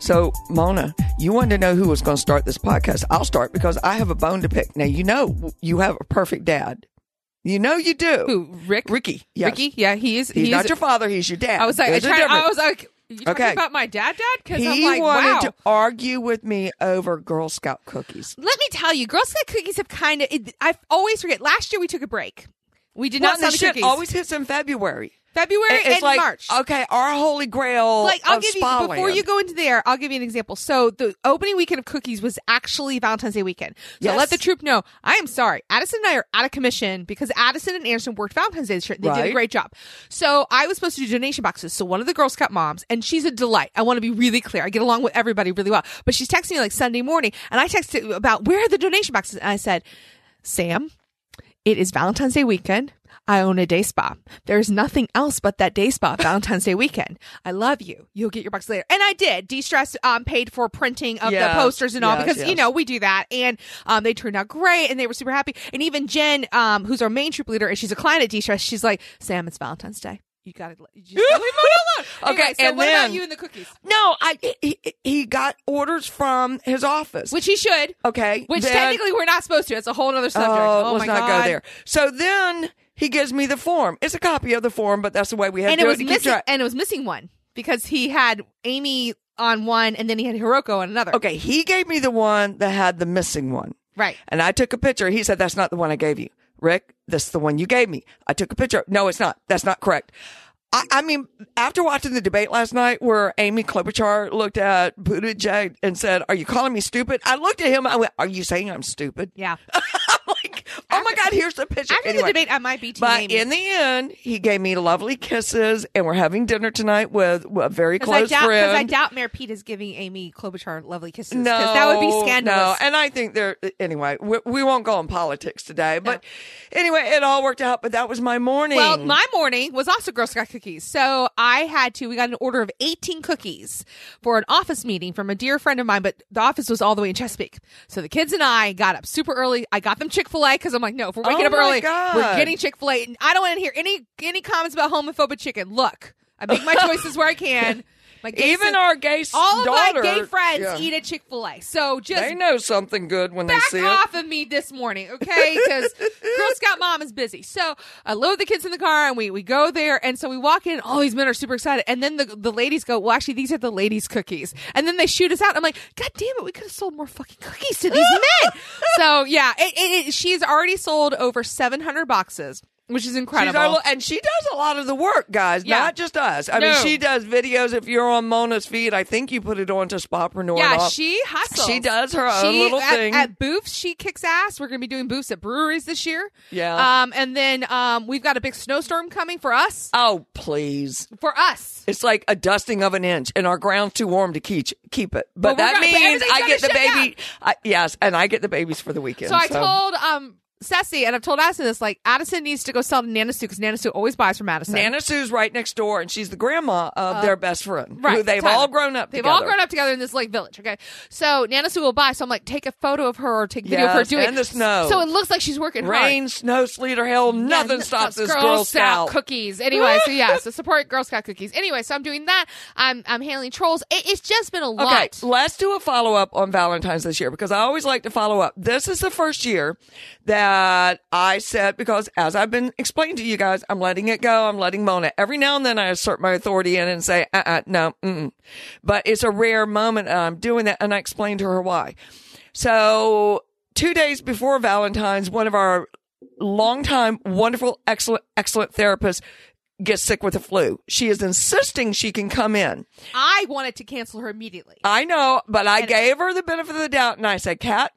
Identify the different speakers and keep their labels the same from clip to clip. Speaker 1: So, Mona, you wanted to know who was going to start this podcast. I'll start because I have a bone to pick. Now, you know you have a perfect dad. You know you do.
Speaker 2: Who? Rick?
Speaker 1: Ricky. Yes.
Speaker 2: Ricky? Yeah, he is.
Speaker 1: He's
Speaker 2: he
Speaker 1: not
Speaker 2: is,
Speaker 1: your father. He's your dad.
Speaker 2: I was like, I,
Speaker 1: There's a
Speaker 2: tried, I
Speaker 1: difference.
Speaker 2: was like, you talking
Speaker 1: Okay.
Speaker 2: about my dad, dad? Because
Speaker 1: He
Speaker 2: I'm like,
Speaker 1: wanted
Speaker 2: wow.
Speaker 1: to argue with me over Girl Scout cookies.
Speaker 2: Let me tell you, Girl Scout cookies have kind of. I always forget. Last year we took a break. We did not
Speaker 1: Well,
Speaker 2: sell
Speaker 1: this
Speaker 2: the
Speaker 1: shit
Speaker 2: cookies.
Speaker 1: always hits in February.
Speaker 2: February
Speaker 1: It's
Speaker 2: and
Speaker 1: like,
Speaker 2: March.
Speaker 1: Okay, our holy grail.
Speaker 2: like I'll
Speaker 1: of
Speaker 2: give you
Speaker 1: spa
Speaker 2: before you
Speaker 1: land.
Speaker 2: go into there, I'll give you an example. So the opening weekend of cookies was actually Valentine's Day weekend. So
Speaker 1: Yes.
Speaker 2: let the troop know. I am sorry, Addison and I are out of commission because Addison and Anderson worked Valentine's Day this year. They did a
Speaker 1: Right.
Speaker 2: great job. So I was supposed to do donation boxes. So one of the Girl Scout moms, and she's a delight. I want to be really clear. I get along with everybody really well, but she's texting me like Sunday morning, and I texted about where are the donation boxes, and I said, Sam, it is Valentine's Day weekend. I own a day spa. There's nothing else but that day spa Valentine's Day weekend. I love you. You'll get your bucks later. And I did. De-stress um, paid for printing of
Speaker 1: Yes,
Speaker 2: the posters and all
Speaker 1: yes,
Speaker 2: because you
Speaker 1: yes.
Speaker 2: know we do that, and um, they turned out great, and they were super happy. And even Jen, um, who's our main troop leader, and she's a client at De-stress, she's like, Sam, it's Valentine's Day. You gotta let- you just gotta leave Mona alone.
Speaker 1: Okay,
Speaker 2: Anyway, so
Speaker 1: and
Speaker 2: what
Speaker 1: then-
Speaker 2: about you and the cookies?
Speaker 1: No, I he, he- he got orders from his office.
Speaker 2: Which he should.
Speaker 1: okay,
Speaker 2: Which
Speaker 1: then-
Speaker 2: technically we're not supposed to. It's a whole other subject.
Speaker 1: Oh,
Speaker 2: Oh,
Speaker 1: let's
Speaker 2: my
Speaker 1: not
Speaker 2: God.
Speaker 1: go there. So then he gives me the form. It's a copy of the form, but that's the way we had
Speaker 2: and
Speaker 1: to
Speaker 2: it
Speaker 1: do
Speaker 2: was
Speaker 1: it to keep
Speaker 2: missing
Speaker 1: track.
Speaker 2: and it was missing one because he had Amy on one and then he had Hiroko on another.
Speaker 1: Okay, he gave me the one that had the missing one.
Speaker 2: Right.
Speaker 1: And I took a picture. He said, That's not the one I gave you. Rick, that's the one you gave me. I took a picture. No, it's not. That's not correct. I, I mean, after watching the debate last night where Amy Klobuchar looked at Buttigieg and said, Are you calling me stupid? I looked at him. I went, Are you saying I'm stupid?
Speaker 2: Yeah.
Speaker 1: I'm like, Oh my God, here's the picture.
Speaker 2: After
Speaker 1: Anyway.
Speaker 2: the debate I might be team
Speaker 1: But
Speaker 2: Amy.
Speaker 1: in the end, he gave me lovely kisses, and we're having dinner tonight with a very
Speaker 2: 'Cause I
Speaker 1: close
Speaker 2: doubt, 'cause
Speaker 1: friend.
Speaker 2: I doubt Mayor Pete is giving Amy Klobuchar lovely kisses. 'cause that would be scandalous.
Speaker 1: No, and I think there. Anyway, we, we won't go on politics today. But anyway, it all worked out. But that was my morning.
Speaker 2: Well, my morning was also Girl Scout cookies. So I had to, we got an order of 18 cookies for an office meeting from a dear friend of mine, but the office was all the way in Chesapeake. So the kids and I got up super early. I got them Chick fil A because I'm like, no, if we're waking
Speaker 1: Oh
Speaker 2: up
Speaker 1: my
Speaker 2: early, we're
Speaker 1: God.
Speaker 2: getting Chick fil A. And I don't want to hear any any comments about homophobic chicken. Look, I make my choices where I can. My gay
Speaker 1: even
Speaker 2: sis-
Speaker 1: our gay
Speaker 2: all of my
Speaker 1: daughter,
Speaker 2: gay friends
Speaker 1: yeah,
Speaker 2: eat at Chick fil A. So just
Speaker 1: They know something good when
Speaker 2: back
Speaker 1: they see
Speaker 2: off of me this morning, okay? Because Girl Scout mom is busy. So I load the kids in the car and we we go there. And so we walk in. All these men are super excited. And then the, the ladies go, well, actually, these are the ladies' cookies. And then they shoot us out. I'm like, God damn it, we could have sold more fucking cookies to these men. so yeah, it, it, it, she's already sold over 700 boxes, which is
Speaker 1: it.
Speaker 2: incredible.
Speaker 1: She's our li- and she does a lot of the work, guys,
Speaker 2: Yeah.
Speaker 1: not just us. I
Speaker 2: No.
Speaker 1: mean, she does videos. If you're on Mona's feed, I think you put it on to Spotpreneur.
Speaker 2: Yeah,
Speaker 1: and all.
Speaker 2: she hustles.
Speaker 1: She does her own little
Speaker 2: at,
Speaker 1: thing.
Speaker 2: At booths, she kicks ass. We're going to be doing booths at breweries this year.
Speaker 1: Yeah.
Speaker 2: Um, and then um, we've got a big snowstorm coming for us.
Speaker 1: Oh, please.
Speaker 2: For us.
Speaker 1: It's like a dusting of an inch, and our ground's too warm to keep keep it. But,
Speaker 2: But we're
Speaker 1: that
Speaker 2: gonna- but
Speaker 1: means
Speaker 2: everything's
Speaker 1: I
Speaker 2: gonna
Speaker 1: get the
Speaker 2: shut
Speaker 1: baby. I, yes, and I get the babies for the weekend.
Speaker 2: So I told um Ceci and I've told Addison this. Like Addison needs to go sell to Nana Sue because Nana Sue always buys from Addison.
Speaker 1: Nana Sue's right next door, and she's the grandma of their best friend,
Speaker 2: Right,
Speaker 1: Who they've
Speaker 2: Tyler.
Speaker 1: all grown up.
Speaker 2: They've
Speaker 1: together.
Speaker 2: all grown up together in this like village. Okay, so Nana Sue will buy. So I'm like, take a photo of her or take video of her
Speaker 1: Yes,
Speaker 2: doing
Speaker 1: and the snow.
Speaker 2: So it looks like she's working hard.
Speaker 1: Rain, snow, sleet, or hell,
Speaker 2: Yeah,
Speaker 1: nothing
Speaker 2: n-
Speaker 1: stops this
Speaker 2: Girl,
Speaker 1: Girl
Speaker 2: Scout
Speaker 1: Scout.
Speaker 2: cookies. Anyway, so yeah, so support Girl Scout cookies. Anyway, so I'm doing that. I'm I'm handling trolls. It, it's just been a
Speaker 1: Okay,
Speaker 2: lot.
Speaker 1: let's do a follow up on Valentine's this year because I always like to follow up. This is the first year that I said, because as I've been explaining to you guys, I'm letting it go. I'm letting Mona. Every now and then I assert my authority in and say, uh uh no, mm-mm. But it's a rare moment that I'm doing that. And I explained to her why. So two days before Valentine's, one of our longtime, wonderful, excellent, excellent therapists gets sick with the flu. She is insisting she can come in.
Speaker 2: I
Speaker 1: Uh,
Speaker 2: wanted to cancel her immediately.
Speaker 1: I know, but I gave her the benefit of the doubt and I said, Kat,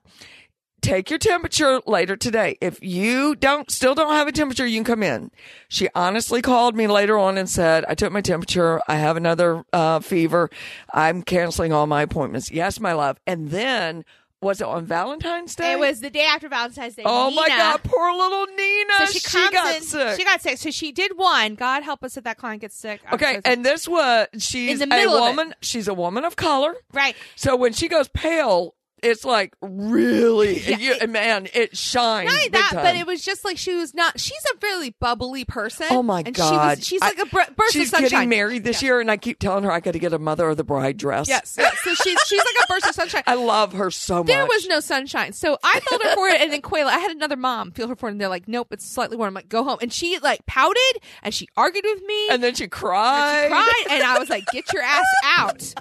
Speaker 1: Take your temperature later today. If you don't still don't have a temperature, you can come in. She honestly called me later on and said, I took my temperature. I have another uh, fever. I'm canceling all my appointments. Yes, my love. And then was it on Valentine's Day?
Speaker 2: It was the day after Valentine's Day.
Speaker 1: Oh my
Speaker 2: Nina-
Speaker 1: God, poor little Nina.
Speaker 2: So she, comes
Speaker 1: got
Speaker 2: in,
Speaker 1: sick.
Speaker 2: She got sick. So she did one. God help us if that client gets sick. I'm
Speaker 1: Okay,
Speaker 2: so sorry.
Speaker 1: and this was she's
Speaker 2: the middle of
Speaker 1: a
Speaker 2: it.
Speaker 1: woman. She's a woman of color,
Speaker 2: right.
Speaker 1: so when she goes pale, it's like really,
Speaker 2: Yeah,
Speaker 1: and you,
Speaker 2: it-
Speaker 1: and man, it shines.
Speaker 2: Not
Speaker 1: Mm, big
Speaker 2: that,
Speaker 1: time.
Speaker 2: but it was just like she was not. She's a really bubbly person.
Speaker 1: Oh my
Speaker 2: and
Speaker 1: god!
Speaker 2: She was, she's
Speaker 1: I-
Speaker 2: like a br- burst
Speaker 1: She's
Speaker 2: of sunshine.
Speaker 1: getting married this year, and I keep telling her I got to get a mother of the bride dress.
Speaker 2: Yes. yes. So she's she's like a burst of sunshine.
Speaker 1: I love her so
Speaker 2: There
Speaker 1: much.
Speaker 2: was no sunshine, so I felt her for it. And then Quayla, I had another mom feel her for it, and they're like, "Nope, it's slightly warm." I'm like, "Go home," and she like pouted and she argued with me.
Speaker 1: and then she cried.
Speaker 2: cried, and I was like, "Get your ass out!"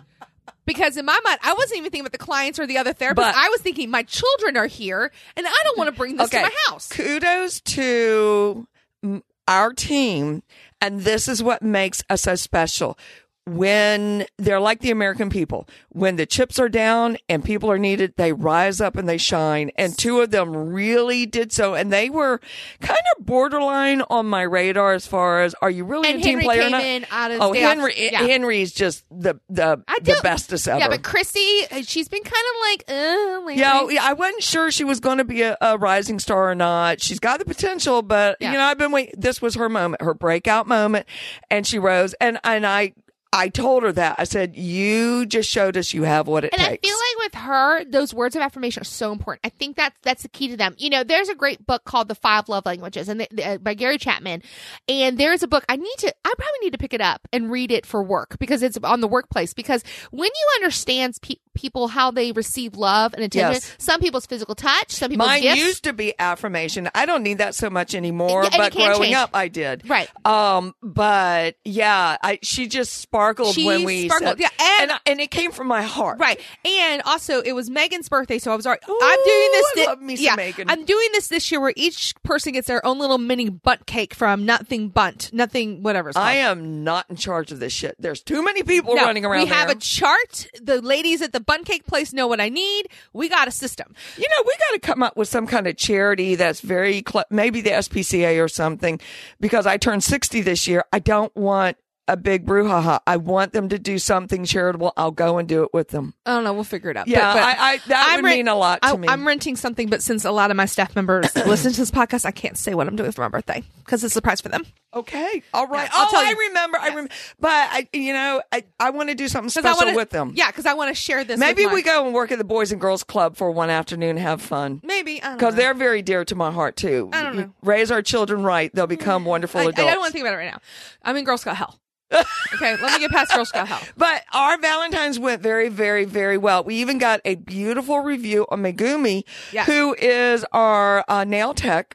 Speaker 2: Because in my mind, I wasn't even thinking about the clients or the other therapists.
Speaker 1: But-
Speaker 2: I was thinking my children are here, and I don't want to bring this
Speaker 1: okay,
Speaker 2: to my house.
Speaker 1: kudos to mm, our team, and this is what makes us so special. When they're like the American people, when the chips are down and people are needed, they rise up and they shine. And two of them really did so. And they were kind of borderline on my radar as far as are you really
Speaker 2: And
Speaker 1: a team
Speaker 2: Henry
Speaker 1: player
Speaker 2: came
Speaker 1: or not?
Speaker 2: in out of
Speaker 1: oh,
Speaker 2: the off-
Speaker 1: Henry,
Speaker 2: yeah.
Speaker 1: Henry's just the the,
Speaker 2: I
Speaker 1: the
Speaker 2: don't-
Speaker 1: bestest ever.
Speaker 2: Yeah, but Chrissy, uh, she's been kind of like, uh, lately.
Speaker 1: Yeah, yeah, I wasn't sure she was going to be a, a rising star or not. She's got the potential, but
Speaker 2: Yeah.
Speaker 1: you know, I've been waiting. This was her moment, her breakout moment, and she rose. And and I, I told her that I said, "You just showed us you have what it
Speaker 2: And I
Speaker 1: takes."
Speaker 2: feel like with her, those words of affirmation are so important. I think that's that's the key to them. You know, there's a great book called The Five Love Languages, and the, the, uh, by Gary Chapman. And there's a book I need to, I probably need to pick it up and read it for work because it's on the workplace. Because when you understand pe- people how they receive love and attention,
Speaker 1: Yes.
Speaker 2: some people's physical touch, some people's
Speaker 1: Mine
Speaker 2: gifts.
Speaker 1: used to be affirmation. I don't need that so much anymore,
Speaker 2: Yeah, and
Speaker 1: but
Speaker 2: it can
Speaker 1: growing
Speaker 2: change.
Speaker 1: up, I did.
Speaker 2: Right.
Speaker 1: Um. But yeah, I she just sparkled
Speaker 2: She
Speaker 1: when we
Speaker 2: sparkled,
Speaker 1: said-
Speaker 2: yeah, and-
Speaker 1: and I- and it came from my heart.
Speaker 2: Right. And also it was Megan's birthday, so I was already
Speaker 1: Ooh,
Speaker 2: I'm doing this
Speaker 1: I
Speaker 2: thi-
Speaker 1: love me some
Speaker 2: yeah,
Speaker 1: Megan.
Speaker 2: I'm doing this this year where each person gets their own little mini bunt cake from nothing bunt, nothing whatever it's called.
Speaker 1: I am not in charge of this shit. There's too many people
Speaker 2: No,
Speaker 1: running around.
Speaker 2: We have
Speaker 1: there.
Speaker 2: a chart. The ladies at the bun cake place know what I need. We got a system.
Speaker 1: You know, we got to come up with some kind of charity that's very cl- maybe the SPCA or something, because I turned sixty this year. I don't want a big brouhaha. I want them to do something charitable. I'll go and do it with them.
Speaker 2: I don't know. We'll figure it out.
Speaker 1: Yeah, I- I- that would
Speaker 2: ren-
Speaker 1: mean a lot to
Speaker 2: I,
Speaker 1: me.
Speaker 2: I'm renting something, but since a lot of my staff members listen to this podcast, I can't say what I'm doing for my birthday because it's a surprise for them.
Speaker 1: Okay, all right.
Speaker 2: Yeah, I'll
Speaker 1: oh,
Speaker 2: tell
Speaker 1: I
Speaker 2: you.
Speaker 1: remember. I remember. But I, you know, I, I want to do something
Speaker 2: 'Cause I
Speaker 1: special
Speaker 2: wanna-
Speaker 1: with them.
Speaker 2: Yeah, because I want to share this. with
Speaker 1: Maybe
Speaker 2: mine.
Speaker 1: we go and work at the Boys and Girls Club for one afternoon and have fun.
Speaker 2: Maybe I don't
Speaker 1: Because
Speaker 2: know.
Speaker 1: they're very dear to my heart too.
Speaker 2: I don't know.
Speaker 1: Raise our children right; they'll become wonderful
Speaker 2: I, I
Speaker 1: adults.
Speaker 2: don't want to think about it right now. I'm in Girl Scout hell. okay, let me get past Girl Scout hell.
Speaker 1: But our Valentine's went very, very, very well. We even got a beautiful review on Megumi,
Speaker 2: Yes.
Speaker 1: who is our uh, nail tech.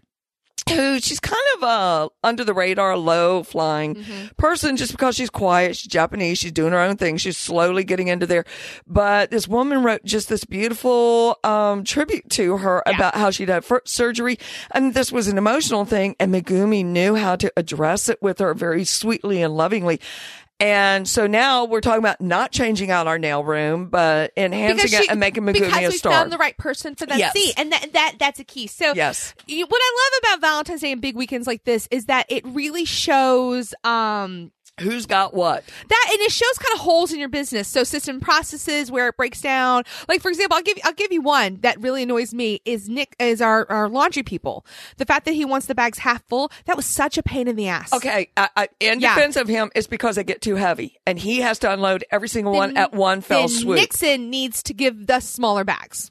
Speaker 1: Who she's kind of a under the radar, low flying
Speaker 2: Mm-hmm.
Speaker 1: person just because she's quiet. She's Japanese. She's doing her own thing. She's slowly getting into there. But this woman wrote just this beautiful um, tribute to her about how she'd had fir- surgery. And this was an emotional thing. And Megumi knew how to address it with her very sweetly and lovingly. And so now we're talking about not changing out our nail room, but enhancing it and making Megumi
Speaker 2: because
Speaker 1: a
Speaker 2: we
Speaker 1: star.
Speaker 2: found the right person for that
Speaker 1: Yes.
Speaker 2: seat, and that, that that's a key. So
Speaker 1: Yes.
Speaker 2: you- what I love about Valentine's Day and big weekends like this is that it really shows um
Speaker 1: Who's got what?
Speaker 2: that and it shows kind of holes in your business. So system processes where it breaks down. Like for example, I'll give you, I'll give you one that really annoys me is Nick is our our laundry people. The fact that he wants the bags half full that was such a pain in the ass.
Speaker 1: Okay, I, I, in
Speaker 2: Yeah.
Speaker 1: defense of him, it's because they get too heavy, and he has to unload every single one
Speaker 2: Then-
Speaker 1: at one fell
Speaker 2: then
Speaker 1: swoop.
Speaker 2: Nixon needs to give us smaller bags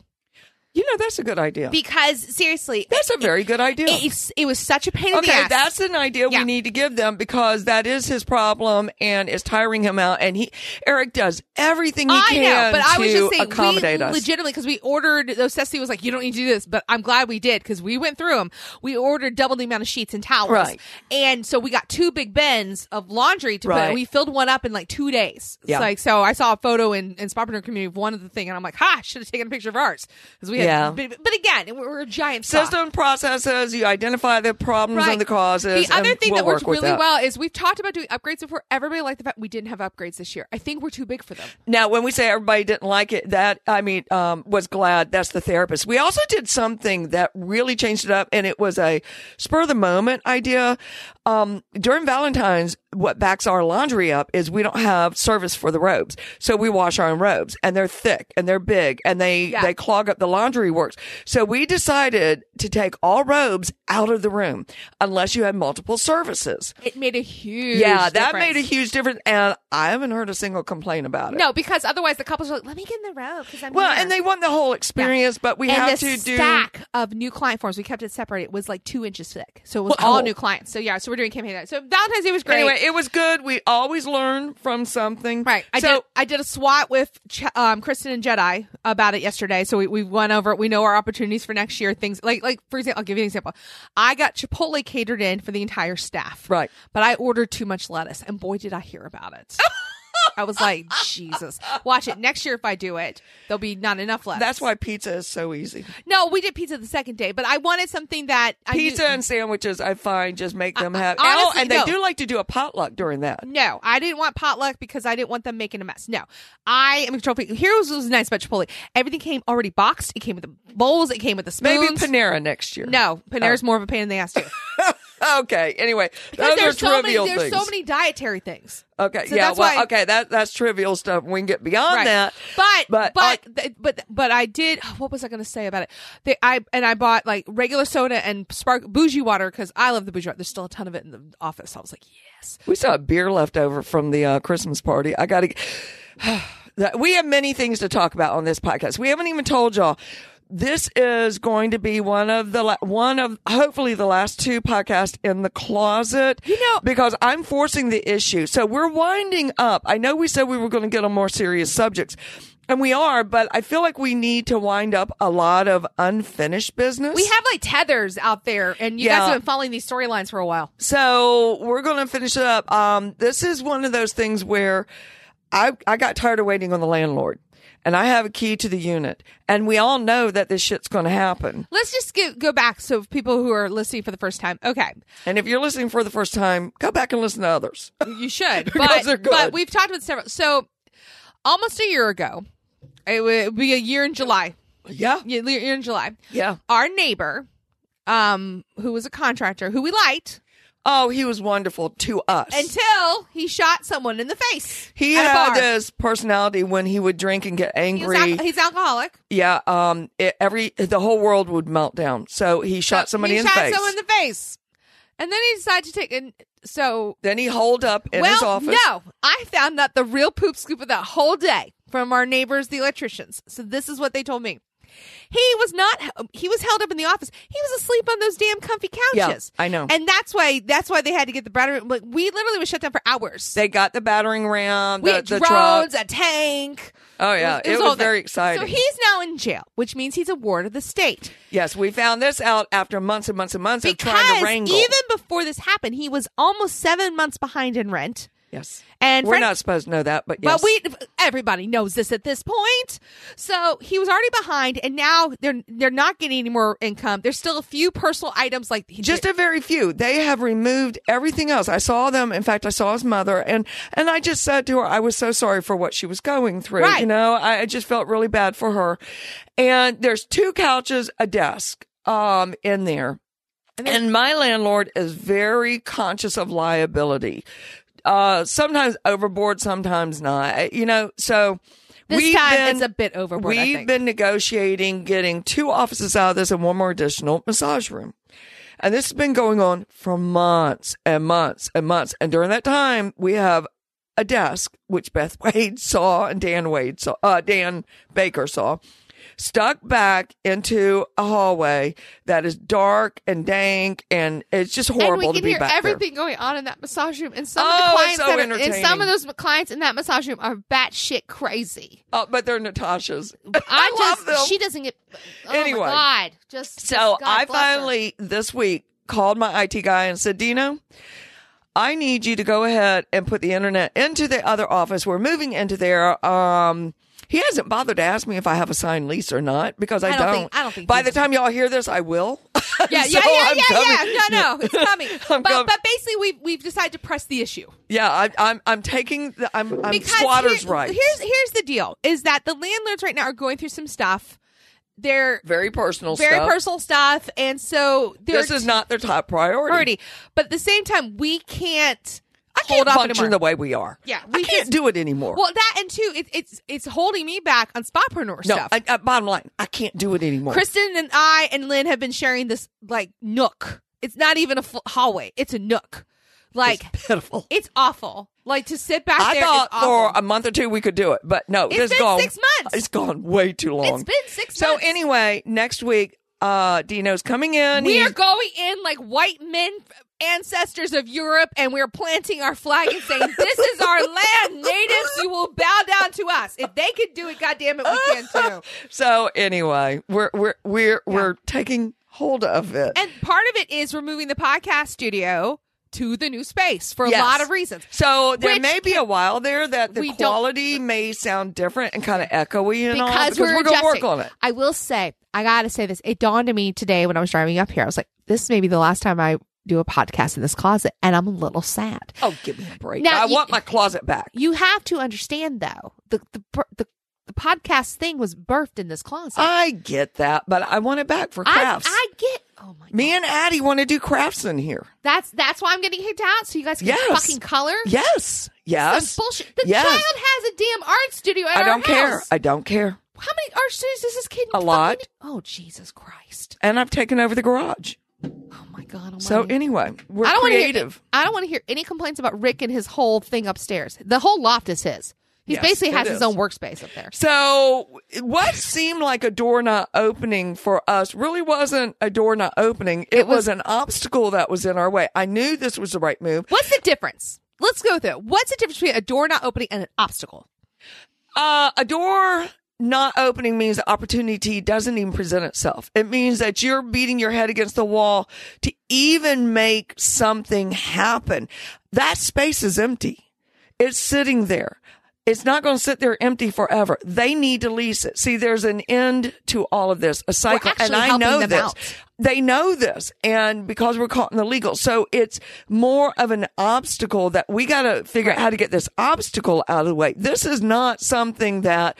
Speaker 1: you know, that's a good idea.
Speaker 2: because seriously,
Speaker 1: that's a very good idea.
Speaker 2: it, it's, it was such a pain in
Speaker 1: Okay,
Speaker 2: the ass.
Speaker 1: that's an idea
Speaker 2: Yeah.
Speaker 1: we need to give them because that is his problem and it's tiring him out. And he, Eric, does everything he
Speaker 2: I
Speaker 1: can
Speaker 2: know, but
Speaker 1: to
Speaker 2: I was just saying,
Speaker 1: accommodate
Speaker 2: we
Speaker 1: us.
Speaker 2: legitimately because we ordered those. Ceci was like, "You don't need to do this," but I'm glad we did because we went through them. We ordered double the amount of sheets and towels,
Speaker 1: Right.
Speaker 2: And so we got two big bins of laundry to
Speaker 1: Right.
Speaker 2: put. We filled one up in like two days. It's
Speaker 1: Yeah.
Speaker 2: like so, I saw a photo in in Spotpreneur community of one of the thing, and I'm like, "Ha! Should have taken a picture of ours because we to.
Speaker 1: Yeah.
Speaker 2: But, but again, we're, we're a giant fuck.
Speaker 1: System processes. You identify the problems and the causes.
Speaker 2: The other
Speaker 1: and
Speaker 2: thing
Speaker 1: we'll
Speaker 2: that works
Speaker 1: work with
Speaker 2: really
Speaker 1: that.
Speaker 2: well is we've talked about doing upgrades before. Everybody liked the fact we didn't have upgrades this year. I think we're too big for them.
Speaker 1: Now, when we say everybody didn't like it, that I mean um, was glad. That's the therapist. We also did something that really changed it up, and it was a spur of the moment idea. Um, during Valentine's, what backs our laundry up is we don't have service for the robes, so we wash our own robes, and they're thick and they're big, and they
Speaker 2: Yeah.
Speaker 1: they clog up the laundry works. So we decided to take all robes out of the room unless you had multiple services.
Speaker 2: It made a huge
Speaker 1: Yeah, that made a
Speaker 2: difference.
Speaker 1: huge difference, and I haven't heard a single complaint about it.
Speaker 2: No, because otherwise the couples are like, let me get in the robe because I'm
Speaker 1: Well,
Speaker 2: here."
Speaker 1: and they want the whole experience, but we
Speaker 2: and
Speaker 1: have
Speaker 2: the
Speaker 1: to do.
Speaker 2: stack of new client forms. We kept it separate. It was like two inches thick, so it was
Speaker 1: Wow.
Speaker 2: all new clients. So yeah, so we're doing campaign night. So Valentine's Day was great.
Speaker 1: oh. Anyway, it was good. We always learn from something.
Speaker 2: Right. I
Speaker 1: so
Speaker 2: did. I did a SWAT with Ch- um, Kristen and Jedi about it yesterday. So we, we went over. it. We know our opportunities for next year. Things like like for example, I'll give you an example. I got Chipotle catered in for the entire staff.
Speaker 1: Right.
Speaker 2: But I ordered too much lettuce, and boy, did I hear about it. I was like, Jesus. Watch it next year. If I do it, there'll be not enough lettuce.
Speaker 1: that's why pizza is so easy.
Speaker 2: No, we did pizza the second day, but I wanted something that I knew-
Speaker 1: Pizza and sandwiches, I find, just make them have.
Speaker 2: uh, honestly,
Speaker 1: oh, and they
Speaker 2: no.
Speaker 1: do like to do a potluck during that.
Speaker 2: No, I didn't want potluck because I didn't want them making a mess. No, I am a control freak. Here's what was nice about Chipotle. Everything came already boxed. It came with the bowls. It came with the spoons.
Speaker 1: Maybe Oh. Panera next year.
Speaker 2: No, Panera's more of a pain in the ass too.
Speaker 1: Okay. Anyway,
Speaker 2: Because
Speaker 1: those are
Speaker 2: there's so many.
Speaker 1: trivial
Speaker 2: There's
Speaker 1: things.
Speaker 2: so many dietary things.
Speaker 1: Okay.
Speaker 2: So
Speaker 1: yeah.
Speaker 2: that's
Speaker 1: well.
Speaker 2: why-
Speaker 1: okay. That that's trivial stuff. We can get beyond that. uh,
Speaker 2: But but
Speaker 1: I-
Speaker 2: but th- but but I did. oh, What was I going to say about it? They, I and I bought like regular soda and spark bougie water because I love the bougie water. There's still a ton of it in the office. I was like, yes.
Speaker 1: We still have beer left over from the uh, Christmas party. I got to. we have many things to talk about on this podcast. We haven't even told y'all. This is going to be one of the la- one of hopefully the last two podcasts in the closet. You
Speaker 2: know-
Speaker 1: because I'm forcing the issue. So we're winding up. I know we said we were going to get on more serious subjects, and we are. But I feel like we need to wind up a lot of unfinished business.
Speaker 2: We have like tethers out there, and you guys
Speaker 1: Yeah.
Speaker 2: have been following these storylines for a while.
Speaker 1: So we're going to finish it up. Um, this is one of those things where I, I got tired of waiting on the landlord and I have a key to the unit and we all know that this shit's going to happen.
Speaker 2: Let's just go, go back so people who are listening for the first time. Okay,
Speaker 1: And if you're listening for the first time, go back and listen to others.
Speaker 2: you should.
Speaker 1: Because
Speaker 2: But,
Speaker 1: they're good.
Speaker 2: but we've talked about several. So almost a year ago, it would be a year in July.
Speaker 1: yeah.
Speaker 2: Yeah, a year in July.
Speaker 1: Yeah.
Speaker 2: Our neighbor, um, who was a contractor who we liked
Speaker 1: Oh, he was wonderful to us.
Speaker 2: until he shot someone in the face.
Speaker 1: he
Speaker 2: at a
Speaker 1: had
Speaker 2: bar.
Speaker 1: this personality when he would drink and get
Speaker 2: He
Speaker 1: angry.
Speaker 2: was al- he's alcoholic.
Speaker 1: yeah, um, it, every the whole world would melt down. So he shot somebody
Speaker 2: he
Speaker 1: in
Speaker 2: shot
Speaker 1: the face.
Speaker 2: someone in the face, and then he decided to take. And so
Speaker 1: then he holed up in
Speaker 2: well,
Speaker 1: his office.
Speaker 2: No, I found out the real poop scoop of that whole day from our neighbors, the electricians. So this is what they told me. He was not. He was held up in the office. He was asleep on those damn comfy
Speaker 1: Yeah,
Speaker 2: couches.
Speaker 1: I know.
Speaker 2: and that's why. That's why they had to get the battery. Like we literally was shut down for hours.
Speaker 1: They got the battering ram,
Speaker 2: we
Speaker 1: the,
Speaker 2: had
Speaker 1: the truck.
Speaker 2: drones, a tank.
Speaker 1: Oh yeah, it was,
Speaker 2: all there.
Speaker 1: very exciting.
Speaker 2: So he's now in jail, which means he's a ward of the state.
Speaker 1: yes, we found this out after months and months and months of trying
Speaker 2: Because
Speaker 1: to wrangle.
Speaker 2: even before this happened, he was almost seven months behind in rent.
Speaker 1: yes,
Speaker 2: And
Speaker 1: we're
Speaker 2: friend-
Speaker 1: not supposed to know that, but yes,
Speaker 2: But we, everybody knows this at this point. So he was already behind, and now they're they're not getting any more income. There's still a few personal items like
Speaker 1: just a very few. They have removed everything else. I saw them. In fact, I saw his mother, and and I just said to her, I was so sorry for what she was going through.
Speaker 2: Right.
Speaker 1: You know, I, I just felt really bad for her. And there's two couches, a desk, um, in there. And my landlord is very conscious of liability. Uh, sometimes overboard, sometimes not. You know, so
Speaker 2: This
Speaker 1: we've
Speaker 2: time
Speaker 1: been-
Speaker 2: it's a bit overboard,
Speaker 1: We've
Speaker 2: I think.
Speaker 1: been negotiating getting two offices out of this and one more additional massage room. And this has been going on for months and months and months. And during that time, we have a desk, which Beth Wade saw and Dan Wade saw, uh, Dan Baker saw, stuck back into a hallway that is dark and dank. And it's just
Speaker 2: and
Speaker 1: horrible
Speaker 2: we
Speaker 1: to
Speaker 2: can
Speaker 1: be
Speaker 2: hear
Speaker 1: back there.
Speaker 2: everything going on in that massage room, and some of
Speaker 1: Oh,
Speaker 2: the
Speaker 1: it's
Speaker 2: clients
Speaker 1: so
Speaker 2: that are, and
Speaker 1: entertaining.
Speaker 2: some of those clients in that massage room are batshit crazy.
Speaker 1: Uh, but they're Natasha's.
Speaker 2: I,
Speaker 1: love
Speaker 2: just
Speaker 1: them.
Speaker 2: she doesn't get. Oh
Speaker 1: Anyway.
Speaker 2: my god, just
Speaker 1: So
Speaker 2: just God
Speaker 1: I
Speaker 2: bless her.
Speaker 1: finally this week called my IT guy and said, Dino, I need you to go ahead and put the internet into the other office. We're moving into there. Um, He hasn't bothered to ask me if I have a signed lease or not because I,
Speaker 2: I don't think- I don't think
Speaker 1: By
Speaker 2: he
Speaker 1: the
Speaker 2: does.
Speaker 1: time y'all hear this, I will.
Speaker 2: Yeah,
Speaker 1: So
Speaker 2: yeah, yeah,
Speaker 1: I'm
Speaker 2: yeah,
Speaker 1: coming.
Speaker 2: yeah. No, no, it's coming.
Speaker 1: I'm
Speaker 2: but,
Speaker 1: coming.
Speaker 2: but basically, we've we've decided to press the issue
Speaker 1: Yeah, I, I'm I'm taking the, I'm, I'm
Speaker 2: because
Speaker 1: squatters'
Speaker 2: here-
Speaker 1: rights.
Speaker 2: Here's here's the deal: is that the landlords right now are going through some stuff. They're
Speaker 1: very personal
Speaker 2: very
Speaker 1: stuff.
Speaker 2: personal stuff, and so they're
Speaker 1: This is not their top priority.
Speaker 2: priority. But at the same time, we can't
Speaker 1: I can't
Speaker 2: hold off
Speaker 1: function
Speaker 2: anymore.
Speaker 1: the way we are.
Speaker 2: Yeah,
Speaker 1: we
Speaker 2: we
Speaker 1: I can't
Speaker 2: just-
Speaker 1: do it anymore.
Speaker 2: well, that and two, it, it's it's holding me back on spotpreneur
Speaker 1: no,
Speaker 2: stuff.
Speaker 1: I, I, bottom line, I can't do it anymore.
Speaker 2: Kristen and I and Lynn have been sharing this like nook. It's not even a fl- hallway; it's a nook. Like
Speaker 1: it's pitiful.
Speaker 2: It's awful. Like to sit back
Speaker 1: I
Speaker 2: there.
Speaker 1: thought
Speaker 2: is awful.
Speaker 1: for a month or two we could do it, but no,
Speaker 2: It's
Speaker 1: this
Speaker 2: been
Speaker 1: gone.
Speaker 2: six months.
Speaker 1: It's gone way too long.
Speaker 2: It's been six
Speaker 1: so
Speaker 2: months.
Speaker 1: anyway, next week, uh, Dino's coming in.
Speaker 2: we
Speaker 1: He's-
Speaker 2: are going in like white men, ancestors of Europe, and we're planting our flag and saying, "This is our land, natives. You will bow down to us. If they could do it, goddamn it, we can too."
Speaker 1: so anyway, we're we're we're we're taking hold of it.
Speaker 2: And part of it is removing the podcast studio to the new space for
Speaker 1: Yes.
Speaker 2: a lot of reasons.
Speaker 1: so there
Speaker 2: Which
Speaker 1: may be a while there that
Speaker 2: we
Speaker 1: the
Speaker 2: don't-
Speaker 1: quality may sound different and kind of echoey and all
Speaker 2: because
Speaker 1: because we're, going to work
Speaker 2: adjusting.
Speaker 1: on it.
Speaker 2: I will say, I gotta say this. It dawned on me today when I was driving up here. I was like, "This may be the last time I do a podcast in this closet," and I'm a little sad.
Speaker 1: Oh, give me a break!
Speaker 2: Now,
Speaker 1: I
Speaker 2: you-
Speaker 1: want my closet back.
Speaker 2: You have to understand, though, the the per- the, the podcast thing was birthed in this closet.
Speaker 1: I get that, but I want it back for
Speaker 2: I,
Speaker 1: Oh, crafts.
Speaker 2: I get. Oh my!
Speaker 1: Me and Addie want to do crafts in here.
Speaker 2: That's that's why I'm getting kicked out. So you guys can
Speaker 1: Yes.
Speaker 2: fucking color.
Speaker 1: Yes. Yes.
Speaker 2: That's bullshit. The
Speaker 1: Yes.
Speaker 2: child has a damn art studio. At
Speaker 1: I don't
Speaker 2: our
Speaker 1: care.
Speaker 2: house.
Speaker 1: I don't care.
Speaker 2: How many art studios does this kid?
Speaker 1: A lot.
Speaker 2: fucking- Oh Jesus Christ!
Speaker 1: And I've taken over the garage.
Speaker 2: Oh my God! Almighty.
Speaker 1: So anyway, we're
Speaker 2: I don't want to hear.
Speaker 1: creative.
Speaker 2: I don't want to hear any complaints about Rick and his whole thing upstairs. The whole loft is his. He
Speaker 1: Yes,
Speaker 2: basically
Speaker 1: it
Speaker 2: has his
Speaker 1: is.
Speaker 2: own workspace up there.
Speaker 1: So what seemed like a door not opening for us really wasn't a door not opening. It, was,
Speaker 2: was-
Speaker 1: an obstacle that was in our way. I knew this was the right move.
Speaker 2: What's the difference? Let's go through. it. What's the difference between a door not opening and an obstacle?
Speaker 1: Uh, a door not opening means the opportunity doesn't even present itself. It means that you're beating your head against the wall to even make something happen. That space is empty. It's sitting there. It's not going to sit there empty forever. They need to lease it. See, there's an end to all of this, a cycle. And
Speaker 2: actually
Speaker 1: I
Speaker 2: helping
Speaker 1: know
Speaker 2: them
Speaker 1: this.
Speaker 2: out.
Speaker 1: They know this. And because we're caught in the legal. So it's more of an obstacle that we got to figure out how to get this obstacle out of the way. This is not something that.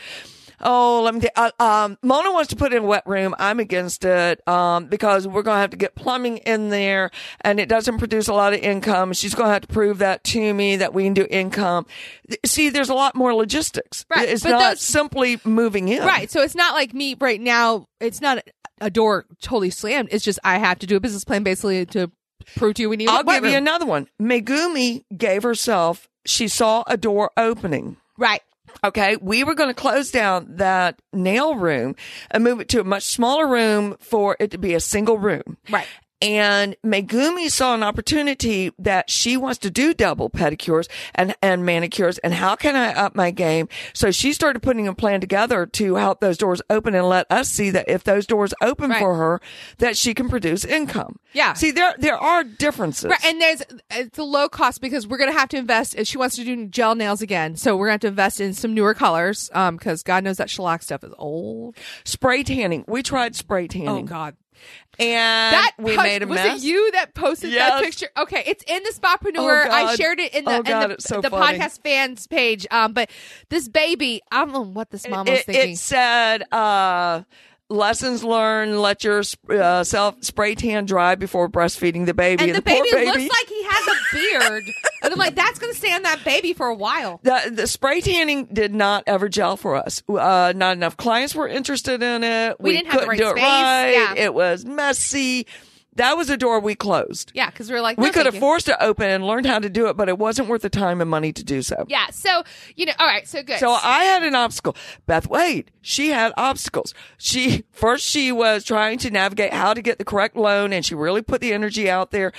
Speaker 1: Oh, let me. get- Uh, um, Mona wants to put in a wet room. I'm against it um, because we're going to have to get plumbing in there, and it doesn't produce a lot of income. She's going to have to prove that to me that we can do income. Th- See, there's a lot more logistics.
Speaker 2: Right,
Speaker 1: It's
Speaker 2: but
Speaker 1: not
Speaker 2: those-
Speaker 1: simply moving in.
Speaker 2: Right. So it's not like me right now. It's not a, a door totally slammed. It's just I have to do a business plan basically to prove to you we need. a
Speaker 1: I'll
Speaker 2: white
Speaker 1: give you
Speaker 2: room.
Speaker 1: another one. Megumi gave herself, she saw a door opening.
Speaker 2: right.
Speaker 1: Okay. We were going to close down that nail room and move it to a much smaller room for it to be a single room.
Speaker 2: Right.
Speaker 1: And Megumi saw an opportunity that she wants to do double pedicures and, and manicures. And how can I up my game? So she started putting a plan together to help those doors open and let us see that if those doors open
Speaker 2: Right.
Speaker 1: for her, that she can produce income.
Speaker 2: Yeah.
Speaker 1: See, there, there are differences.
Speaker 2: Right, and there's it's a low cost because we're gonna have to invest. and She wants to do gel nails again, so we're gonna have to invest in some newer colors. Um, because God knows that shellac stuff is old.
Speaker 1: spray tanning. We tried spray
Speaker 2: Oh
Speaker 1: tanning.
Speaker 2: God,
Speaker 1: And
Speaker 2: that
Speaker 1: we
Speaker 2: pos-
Speaker 1: made a
Speaker 2: was
Speaker 1: mess.
Speaker 2: it you that posted
Speaker 1: Yes.
Speaker 2: that picture? Okay, it's in the Spotpreneur.
Speaker 1: Oh,
Speaker 2: I
Speaker 1: God.
Speaker 2: shared it in
Speaker 1: Oh,
Speaker 2: the, in
Speaker 1: God,
Speaker 2: the,
Speaker 1: it's so
Speaker 2: the
Speaker 1: funny.
Speaker 2: podcast fans page. Um, but this baby, I don't know what this mom was
Speaker 1: it,
Speaker 2: thinking.
Speaker 1: it said uh, lessons learned let your uh, self spray tan dry before breastfeeding the baby
Speaker 2: and, the, baby,
Speaker 1: poor baby
Speaker 2: looks like he has a beard, and I'm like, that's gonna stay on that baby for a while.
Speaker 1: the, the spray tanning did not ever gel for us. Uh, not enough clients were interested in it.
Speaker 2: We didn't have the
Speaker 1: couldn't
Speaker 2: right
Speaker 1: do it
Speaker 2: space.
Speaker 1: right.
Speaker 2: Yeah.
Speaker 1: It was messy. That was a door we closed.
Speaker 2: Yeah, because we are like,
Speaker 1: We
Speaker 2: no,
Speaker 1: could
Speaker 2: thank
Speaker 1: have
Speaker 2: you.
Speaker 1: forced it open and learned how to do it, but it wasn't worth the time and money to do so.
Speaker 2: Yeah, so you know, all right, so good.
Speaker 1: So uh, I had an obstacle. Beth Wade, she had obstacles. She first she was trying to navigate how to get the correct loan and she really put the energy out there.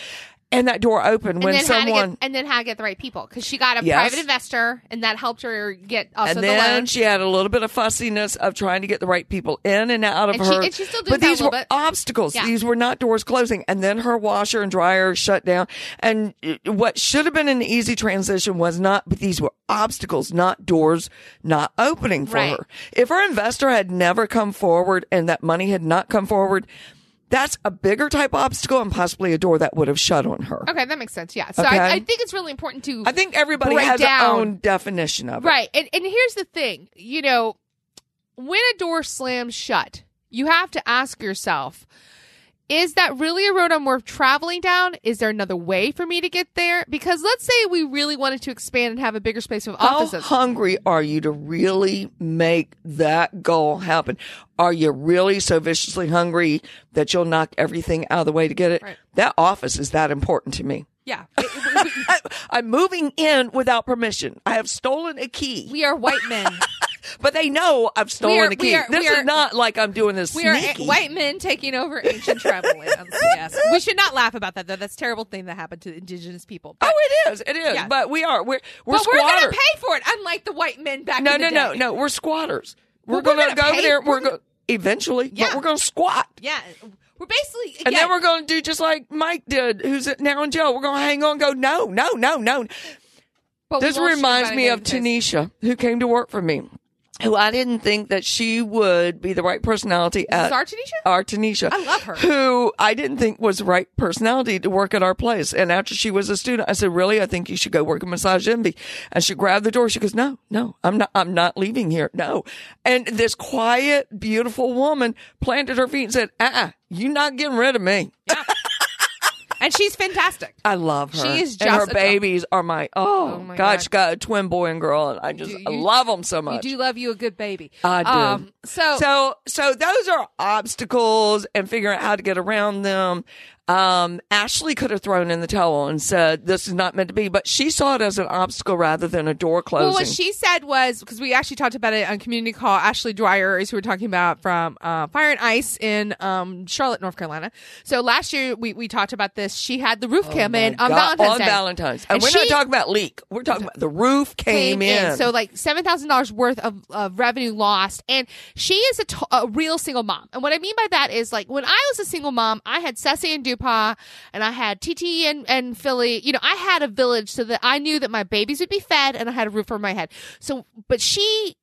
Speaker 1: and that door open when
Speaker 3: and then how to
Speaker 1: someone
Speaker 3: get, and then how to get the right people because she got a
Speaker 1: Yes.
Speaker 3: private investor and that helped her get also
Speaker 1: and
Speaker 3: the loan.
Speaker 1: then she had a little bit of fussiness of trying to get the right people in and out of
Speaker 3: And she-
Speaker 1: her.
Speaker 3: and she still does
Speaker 1: but
Speaker 3: that a
Speaker 1: these
Speaker 3: little
Speaker 1: were
Speaker 3: bit.
Speaker 1: obstacles.
Speaker 3: Yeah.
Speaker 1: These were not doors closing. And then her washer and dryer shut down. And uh, what should have been an easy transition was not. But these were obstacles, not doors, not opening for
Speaker 3: Right.
Speaker 1: her. If her investor had never come forward and that money had not come forward, that's a bigger type obstacle and possibly a door that would have shut on her.
Speaker 3: okay, that makes sense. Yeah, so
Speaker 1: Okay.
Speaker 3: I, I think it's really important to
Speaker 1: I think everybody
Speaker 3: Break
Speaker 1: has their
Speaker 3: down.
Speaker 1: own definition of it.
Speaker 3: Right. And and here's the thing, you know, when a door slams shut, you have to ask yourself, is that really a road I'm worth traveling down? Is there another way for me to get there? Because let's say we really wanted to expand and have a bigger space of
Speaker 1: How
Speaker 3: offices.
Speaker 1: hungry are you to really make that goal happen? Are you really so viciously hungry that you'll knock everything out of the way to get it? That office is that important to me.
Speaker 2: Yeah.
Speaker 1: I, I'm moving in without permission. I have stolen a key,
Speaker 2: we are white men.
Speaker 1: but they know I've stolen
Speaker 3: are-
Speaker 1: a
Speaker 3: we
Speaker 1: key.
Speaker 3: are-
Speaker 1: this
Speaker 3: we are-
Speaker 1: is not like I'm doing this
Speaker 2: We are eh,
Speaker 1: sneaky.
Speaker 2: white men taking over ancient tribal lands. Yes. We should not laugh about that though. That's a terrible thing that happened to indigenous people.
Speaker 1: Oh, it is. It is.
Speaker 2: Yeah.
Speaker 1: But we are. We're we're
Speaker 2: but we're going to
Speaker 1: squatters.
Speaker 2: pay for it, unlike the white men back
Speaker 1: no,
Speaker 2: in
Speaker 1: no,
Speaker 2: the
Speaker 1: no,
Speaker 2: day.
Speaker 1: no. We're squatters. We're,
Speaker 2: we're
Speaker 1: gonna,
Speaker 2: gonna
Speaker 1: go over
Speaker 2: pay-
Speaker 1: there.
Speaker 2: we're
Speaker 1: We're going eventually, but
Speaker 2: Yeah.
Speaker 1: we're gonna squat.
Speaker 2: Yeah. We're basically
Speaker 1: And
Speaker 2: yeah,
Speaker 1: then we're going to do just like Mike did, who's now in jail. We're going to hang on and go, no, no, no, no.
Speaker 3: But we
Speaker 1: This
Speaker 3: won't shoot
Speaker 1: reminds
Speaker 3: about
Speaker 1: me
Speaker 3: it
Speaker 1: of
Speaker 3: anyways.
Speaker 1: Tanisha, who came to work for me, who I didn't think that she would be the right personality at
Speaker 2: our Tanisha?
Speaker 1: our Tanisha.
Speaker 2: I love her.
Speaker 1: Who I didn't think was the right personality to work at our place. And after she was a student, I said, really? I think you should go work at Massage Envy. And she grabbed the door. She goes, no, no, I'm not, I'm not leaving here. No. And this quiet, beautiful woman planted her feet and said, uh-uh, you're not getting rid of me.
Speaker 2: and she's fantastic.
Speaker 1: I love her.
Speaker 2: She is
Speaker 1: and her
Speaker 2: just a-
Speaker 1: babies are my oh,
Speaker 2: my
Speaker 1: my
Speaker 2: God.
Speaker 1: God, she got a twin boy and girl, and I just
Speaker 2: do-
Speaker 1: I
Speaker 2: you-
Speaker 1: love them so
Speaker 2: You
Speaker 1: much.
Speaker 2: do love you a good baby. Um,
Speaker 1: I do.
Speaker 2: so,
Speaker 1: so so those are obstacles and figuring out how to get around them. Um, Ashley could have thrown in the towel and said this is not meant to be, but she saw it as an obstacle rather than a door closing.
Speaker 2: Well, what she said was because we actually talked about it on community call. Ashley Dwyer is who we're talking about from uh, Fire and Ice in um, Charlotte, North Carolina. So last year we, we talked about this. She had the roof come in on
Speaker 1: Oh God,
Speaker 2: Valentine's
Speaker 1: on
Speaker 2: Day.
Speaker 1: Valentine's. and, we're not
Speaker 2: she
Speaker 1: talking about leak. We're talking about the roof came,
Speaker 3: Came in. So like seven thousand dollars worth of, of revenue lost, and she is a, t- a real single mom. And what I mean by that is like when I was a single mom, I had Ceci and Dupas, and I had TT and and Philly. You know, I had a village so that I knew that my babies would be fed, and I had a roof over my head. So, but she,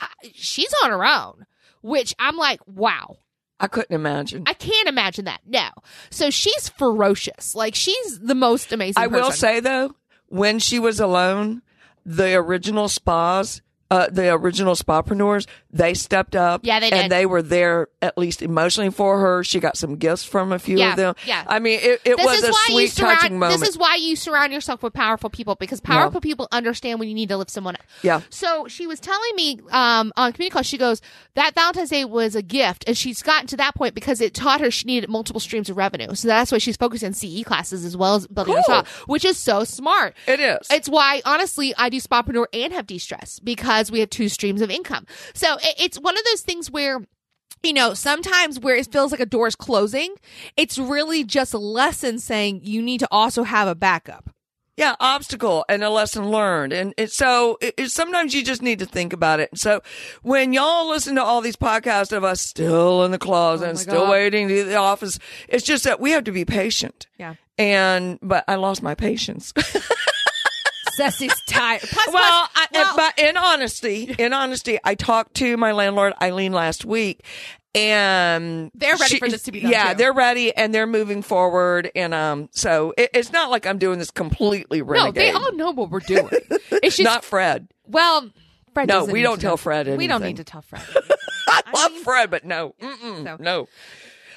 Speaker 3: I- she's on her own, which I'm like, wow.
Speaker 1: I couldn't imagine.
Speaker 3: I can't imagine that. No. So she's ferocious. Like she's the most amazing.
Speaker 1: I will
Speaker 3: person.
Speaker 1: say though, when she was alone, the original spas, uh, the original spapreneurs, they stepped up.
Speaker 3: Yeah, they did.
Speaker 1: And they were there at least emotionally for her. She got some gifts from a few
Speaker 3: Yeah,
Speaker 1: of them.
Speaker 3: yeah.
Speaker 1: I mean, it, it was a sweet,
Speaker 3: surround,
Speaker 1: touching moment.
Speaker 3: This is why you surround yourself with powerful people because powerful people understand when you need to lift someone up.
Speaker 1: Yeah.
Speaker 3: So she was telling me um, on community call, she goes, that Valentine's Day was a gift. And she's gotten to that point because it taught her she needed multiple streams of revenue. So that's why she's focused on CE classes as well as building
Speaker 1: Cool.
Speaker 3: herself, which is so smart.
Speaker 1: It is.
Speaker 3: It's why, honestly, I do spapreneur and have de-stress because we have two streams of income. So it, it's one of those things where you know, sometimes where it feels like a door is closing,
Speaker 2: it's really just a lesson saying you need to also have a backup.
Speaker 1: yeah, obstacle and a lesson learned. And it, so it, it- sometimes you just need to think about it. So when y'all listen to all these podcasts of us still in the closet
Speaker 2: Oh
Speaker 1: and still waiting to get to the office, it's just that we have to be patient.
Speaker 2: Yeah.
Speaker 1: And, but I lost my patience.
Speaker 2: Ceci's tired. Plus,
Speaker 1: well,
Speaker 2: plus,
Speaker 1: I,
Speaker 2: well,
Speaker 1: but in honesty, in honesty, I talked to my landlord Eileen last week, and
Speaker 2: They're ready for this to be done,
Speaker 1: Yeah,
Speaker 2: too.
Speaker 1: they're ready and they're moving forward, and um, so it, it's not like I'm doing this completely
Speaker 3: no,
Speaker 1: renegade.
Speaker 3: they all know what we're doing. It's just
Speaker 1: not Fred.
Speaker 3: well,
Speaker 2: Fred
Speaker 1: No,
Speaker 2: doesn't
Speaker 1: we
Speaker 2: need
Speaker 1: don't
Speaker 2: to
Speaker 1: tell
Speaker 2: know.
Speaker 1: Fred
Speaker 2: We don't
Speaker 1: anything.
Speaker 2: need to tell Fred.
Speaker 1: I love Fred, but no, mm-mm,
Speaker 2: so-
Speaker 1: no.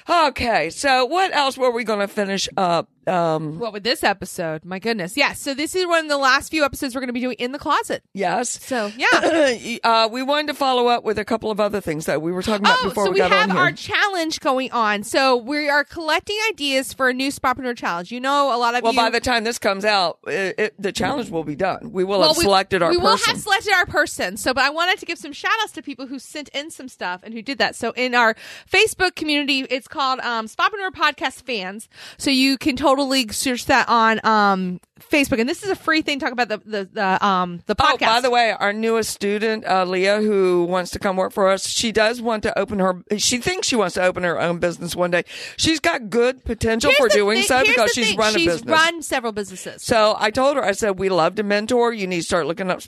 Speaker 1: Okay, so what else were we going to finish up? Um,
Speaker 2: what with this episode? My goodness. Yeah. So this is one of the last few episodes we're going to be doing in the closet.
Speaker 1: yes.
Speaker 2: So yeah.
Speaker 1: uh, we wanted to follow up with a couple of other things that we were talking about
Speaker 2: Oh,
Speaker 1: before
Speaker 2: so
Speaker 1: we
Speaker 2: we,
Speaker 1: got
Speaker 2: have
Speaker 1: on here.
Speaker 2: our challenge going on. So we are collecting ideas for a new Spotpreneur challenge. You know, a lot of
Speaker 1: Well,
Speaker 2: you.
Speaker 1: by the time this comes out, it, it, the challenge will be done. We will
Speaker 2: Well,
Speaker 1: have selected our
Speaker 2: we will
Speaker 1: person.
Speaker 2: have selected our person. So, but I wanted to give some shout outs to people who sent in some stuff and who did that. So, in our Facebook community, it's called um, Spotpreneur Podcast Fans. So you can total Total League. Search that on um, Facebook. And this is a free thing. Talk about the the, the um the podcast.
Speaker 1: Oh, by the way, our newest student, uh, Leah, who wants to come work for us, she does want to open her. She thinks she wants to open her own business one day. She's got good potential
Speaker 2: Here's
Speaker 1: for
Speaker 2: the
Speaker 1: doing
Speaker 2: thing-
Speaker 1: so
Speaker 2: here's
Speaker 1: because
Speaker 2: the
Speaker 1: she's
Speaker 2: thing.
Speaker 1: run
Speaker 2: she's
Speaker 1: a business.
Speaker 2: run several businesses.
Speaker 1: so I told her, I said, we love to mentor. You need to start looking up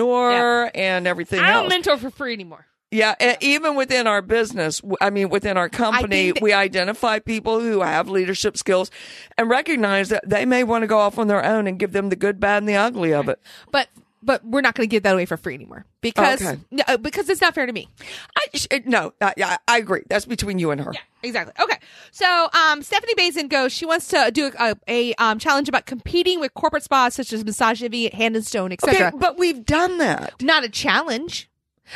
Speaker 1: Spapreneur and everything
Speaker 3: I don't
Speaker 1: else.
Speaker 3: mentor for free anymore.
Speaker 1: Yeah, and even within our business, w- I mean, within our company,
Speaker 2: that-
Speaker 1: we identify people who have leadership skills and recognize that they may want to go off on their own and give them the good, bad, and the ugly of it.
Speaker 2: but but we're not going to give that away for free anymore because
Speaker 1: Okay.
Speaker 2: no, uh, because it's not fair to me.
Speaker 1: I, sh- no, I, I- I agree. That's between you and her.
Speaker 2: Exactly. Okay. So um, Stephanie Bazin goes. She wants to do a, a, um, challenge about competing with corporate spas such as Massage Envy, Hand and Stone, etc.
Speaker 1: Okay, but we've done that.
Speaker 2: not a challenge.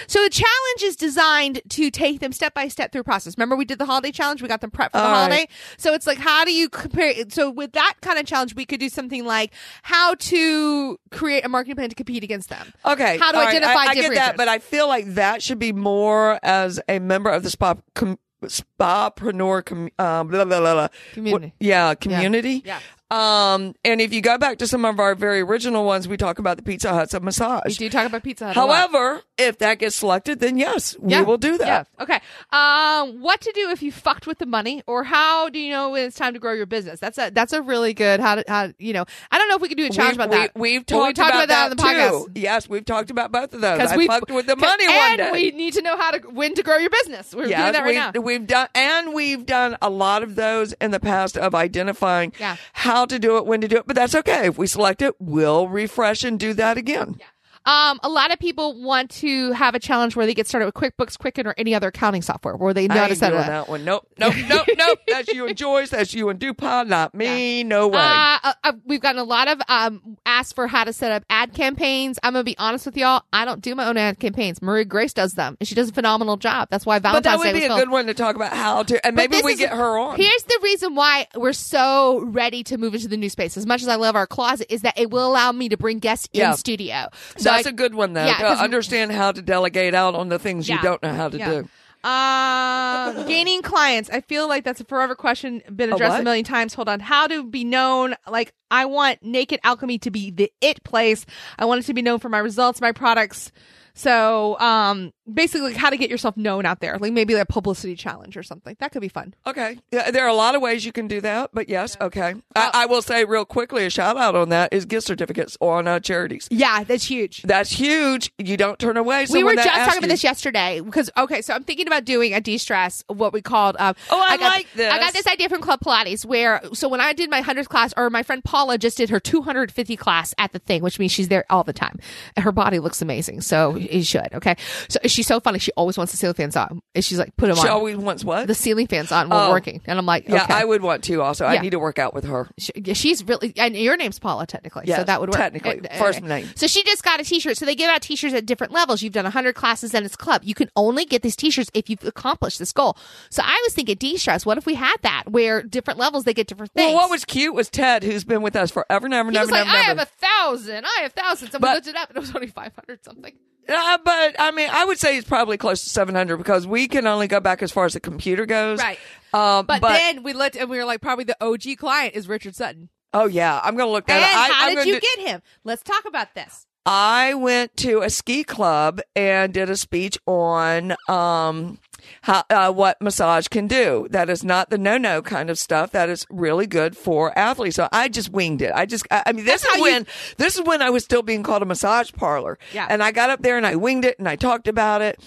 Speaker 2: So the challenge is designed to take them step by step through process. Remember, we did the holiday challenge. We got them prepped for the
Speaker 1: All right.
Speaker 2: holiday. So it's like, how do you compare? So with that kind of challenge, we could do something like how to create a marketing plan to compete against them.
Speaker 1: Okay.
Speaker 2: How to
Speaker 1: all right,
Speaker 2: identify
Speaker 1: I, I get
Speaker 2: differences.
Speaker 1: that, but I feel like that should be more as a member of the spa com, spapreneur com, uh, blah, blah, blah, blah.
Speaker 2: Community.
Speaker 1: Wh- yeah, community.
Speaker 2: Yeah.
Speaker 1: Um, and if you go back to some of our very original ones, we talk about the Pizza Huts of massage.
Speaker 2: do you talk about Pizza Hut? a lot.
Speaker 1: However, if that gets selected, then yes, we will do that.
Speaker 2: Yeah. Okay. Um, what to do if you fucked with the money, or how do you know when it's time to grow your business? That's a that's a really good how to how you know. I don't know if we could do a challenge about that.
Speaker 1: We, have
Speaker 2: But
Speaker 1: talked,
Speaker 2: we talked about, that on the podcast.
Speaker 1: too. Yes, we've talked about both of those.
Speaker 2: 'Cause
Speaker 1: I
Speaker 2: we-
Speaker 1: fucked with the
Speaker 2: 'cause-
Speaker 1: money one
Speaker 2: and
Speaker 1: day.
Speaker 2: we need to know how to when to grow your business. We're doing that right
Speaker 1: we've,
Speaker 2: now.
Speaker 1: we've done, and we've done a lot of those in the past of identifying
Speaker 2: Yeah.
Speaker 1: how to do it, when to do it. But that's okay. If we select it, we'll refresh and do that again.
Speaker 2: Um, a lot of people want to have a challenge where they get started with QuickBooks, Quicken, or any other accounting software where they know
Speaker 1: I
Speaker 2: how to
Speaker 1: ain't
Speaker 2: set
Speaker 1: doing
Speaker 2: it up.
Speaker 1: that one. Nope, nope, nope, nope. That's you and Joyce. That's you and DuPont. Not me. No way.
Speaker 2: Uh, uh, uh, we've gotten a lot of um, asks for how to set up ad campaigns. I'm gonna be honest with y'all. I don't do my own ad campaigns. Marie Grace does them, and she does a phenomenal job. That's why
Speaker 1: but
Speaker 2: Valentine's
Speaker 1: that would
Speaker 2: Day
Speaker 1: be
Speaker 2: was
Speaker 1: a
Speaker 2: called-
Speaker 1: good one to talk about how to, and
Speaker 2: But
Speaker 1: maybe
Speaker 2: this
Speaker 1: we
Speaker 2: is-
Speaker 1: get her on.
Speaker 2: Here's the reason why we're so ready to move into the new space. As much as I love our closet, is that it will allow me to bring guests
Speaker 1: Yeah.
Speaker 2: in studio. So
Speaker 1: That's
Speaker 2: I-
Speaker 1: a good one, though.
Speaker 2: Yeah,
Speaker 1: to
Speaker 2: 'cause-
Speaker 1: understand how to delegate out on the things you
Speaker 2: Yeah.
Speaker 1: don't know how to
Speaker 2: Yeah.
Speaker 1: do.
Speaker 2: Um, gaining clients. I feel like that's a forever question, been addressed a,
Speaker 1: what?
Speaker 2: million times. Hold on. How to be known? Like, I want Naked Alchemy to be the it place. I want it to be known for my results, my products. So, um, basically, how to get yourself known out there. Like, maybe like a publicity challenge or something. That could be fun.
Speaker 1: Okay. Yeah, there are a lot of ways you can do that, but yes, okay.
Speaker 2: Uh,
Speaker 1: I, I will say real quickly a shout out on that is gift certificates on uh, charities.
Speaker 2: Yeah, that's huge.
Speaker 1: That's huge. You don't turn away.
Speaker 2: we were
Speaker 1: someone that
Speaker 2: just talking
Speaker 1: asks
Speaker 2: about
Speaker 1: you.
Speaker 2: this yesterday because okay, so I'm thinking about doing a de-stress, what we called. Um,
Speaker 1: Oh, I
Speaker 2: got,
Speaker 1: like this.
Speaker 2: I got this idea from Club Pilates, where so when I did my hundredth class, or my friend Paula just did her 250 class at the thing, which means she's there all the time. And Her body looks amazing, so you should. Okay, so she's so funny. She always wants the ceiling fans on, and she's like, "Put them
Speaker 1: She
Speaker 2: on."
Speaker 1: always wants what?
Speaker 2: The ceiling fans on. We're
Speaker 1: Oh.
Speaker 2: working, and I'm like,
Speaker 1: yeah,
Speaker 2: okay.
Speaker 1: I would want to also. I
Speaker 2: Yeah.
Speaker 1: need to work out with her.
Speaker 2: She- yeah, she's really and your name's Paula technically, so
Speaker 1: Yes,
Speaker 2: that would work.
Speaker 1: technically.
Speaker 2: And- and-
Speaker 1: First name.
Speaker 2: So she just got a T-shirt. So they give out T-shirts at different levels. You've done hundred classes and it's club. You can only get these T-shirts if you've accomplished this goal. So I was thinking de-stress. What if we had that where different levels they get different things?
Speaker 1: Well, what was cute was Ted, who's been with us forever and ever and
Speaker 2: he
Speaker 1: ever
Speaker 2: was like,
Speaker 1: and ever.
Speaker 2: I have a thousand. I have thousands. And we
Speaker 1: But-
Speaker 2: looked it up, and it was only five hundred something.
Speaker 1: Uh, but I mean, I would say it's probably close to 700 because we can only go back as far as the computer goes.
Speaker 2: Right.
Speaker 1: Um,
Speaker 2: But, then we looked, and we were like, probably the OG client is Richard Sutton.
Speaker 1: oh yeah, I'm going to look that
Speaker 2: And
Speaker 1: up. I,
Speaker 2: how
Speaker 1: I'm
Speaker 2: did
Speaker 1: gonna
Speaker 2: you
Speaker 1: do-
Speaker 2: get him? Let's talk about this.
Speaker 1: I went to a ski club and did a speech on um how, uh, what massage can do. That is not the no no kind of stuff. That is really good for athletes. So I just winged it. I just I, I mean this
Speaker 2: That's
Speaker 1: is
Speaker 2: how you-
Speaker 1: when this is when I was still being called a massage parlor.
Speaker 2: Yeah.
Speaker 1: And I got up there and I winged it and I talked about it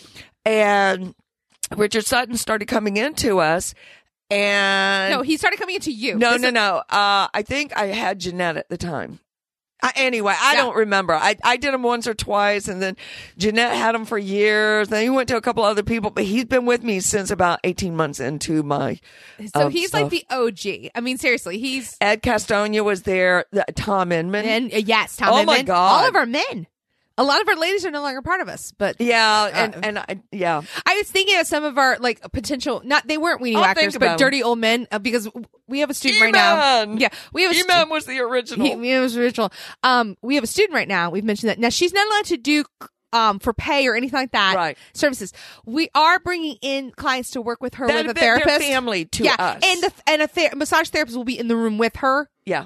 Speaker 1: and Richard Sutton started coming into us and
Speaker 2: No, he started coming into you.
Speaker 1: no,
Speaker 2: This
Speaker 1: no,
Speaker 2: is-
Speaker 1: no. Uh, I think I had Jeanette at the time. I, anyway, I
Speaker 2: Yeah.
Speaker 1: don't remember. I, I did them once or twice, and then Jeanette had them for years. Then he went to a couple other people, but he's been with me since about 18 months into my.
Speaker 2: So
Speaker 1: um,
Speaker 2: he's like
Speaker 1: stuff.
Speaker 2: the OG. I mean, seriously, he's
Speaker 1: Ed Castonia was there, the, Tom Inman.
Speaker 2: and uh, yes, Tom.
Speaker 1: Oh
Speaker 2: and
Speaker 1: my
Speaker 2: men.
Speaker 1: God.
Speaker 2: all of our men. A lot of our ladies are no longer part of us, but
Speaker 1: yeah,
Speaker 2: Uh,
Speaker 1: and, and I, yeah.
Speaker 2: I was thinking of some of our like potential. Not they weren't weenie
Speaker 1: I'll
Speaker 2: whackers,
Speaker 1: think about
Speaker 2: but
Speaker 1: 'em.
Speaker 2: dirty old men uh, because we have a student right now.
Speaker 1: Eman!
Speaker 2: Yeah, we have a
Speaker 1: Eman was the original.
Speaker 2: He, he was original. Um, we have a student right now. We've mentioned that now she's not allowed to do um, for pay or anything like that.
Speaker 1: Right.
Speaker 2: Services. We are bringing in clients to work with her
Speaker 1: That
Speaker 2: with a
Speaker 1: bit their
Speaker 2: therapist.
Speaker 1: family to
Speaker 2: yeah.
Speaker 1: us.
Speaker 2: and the, and a ther- massage therapist will be in the room with her.
Speaker 1: Yeah.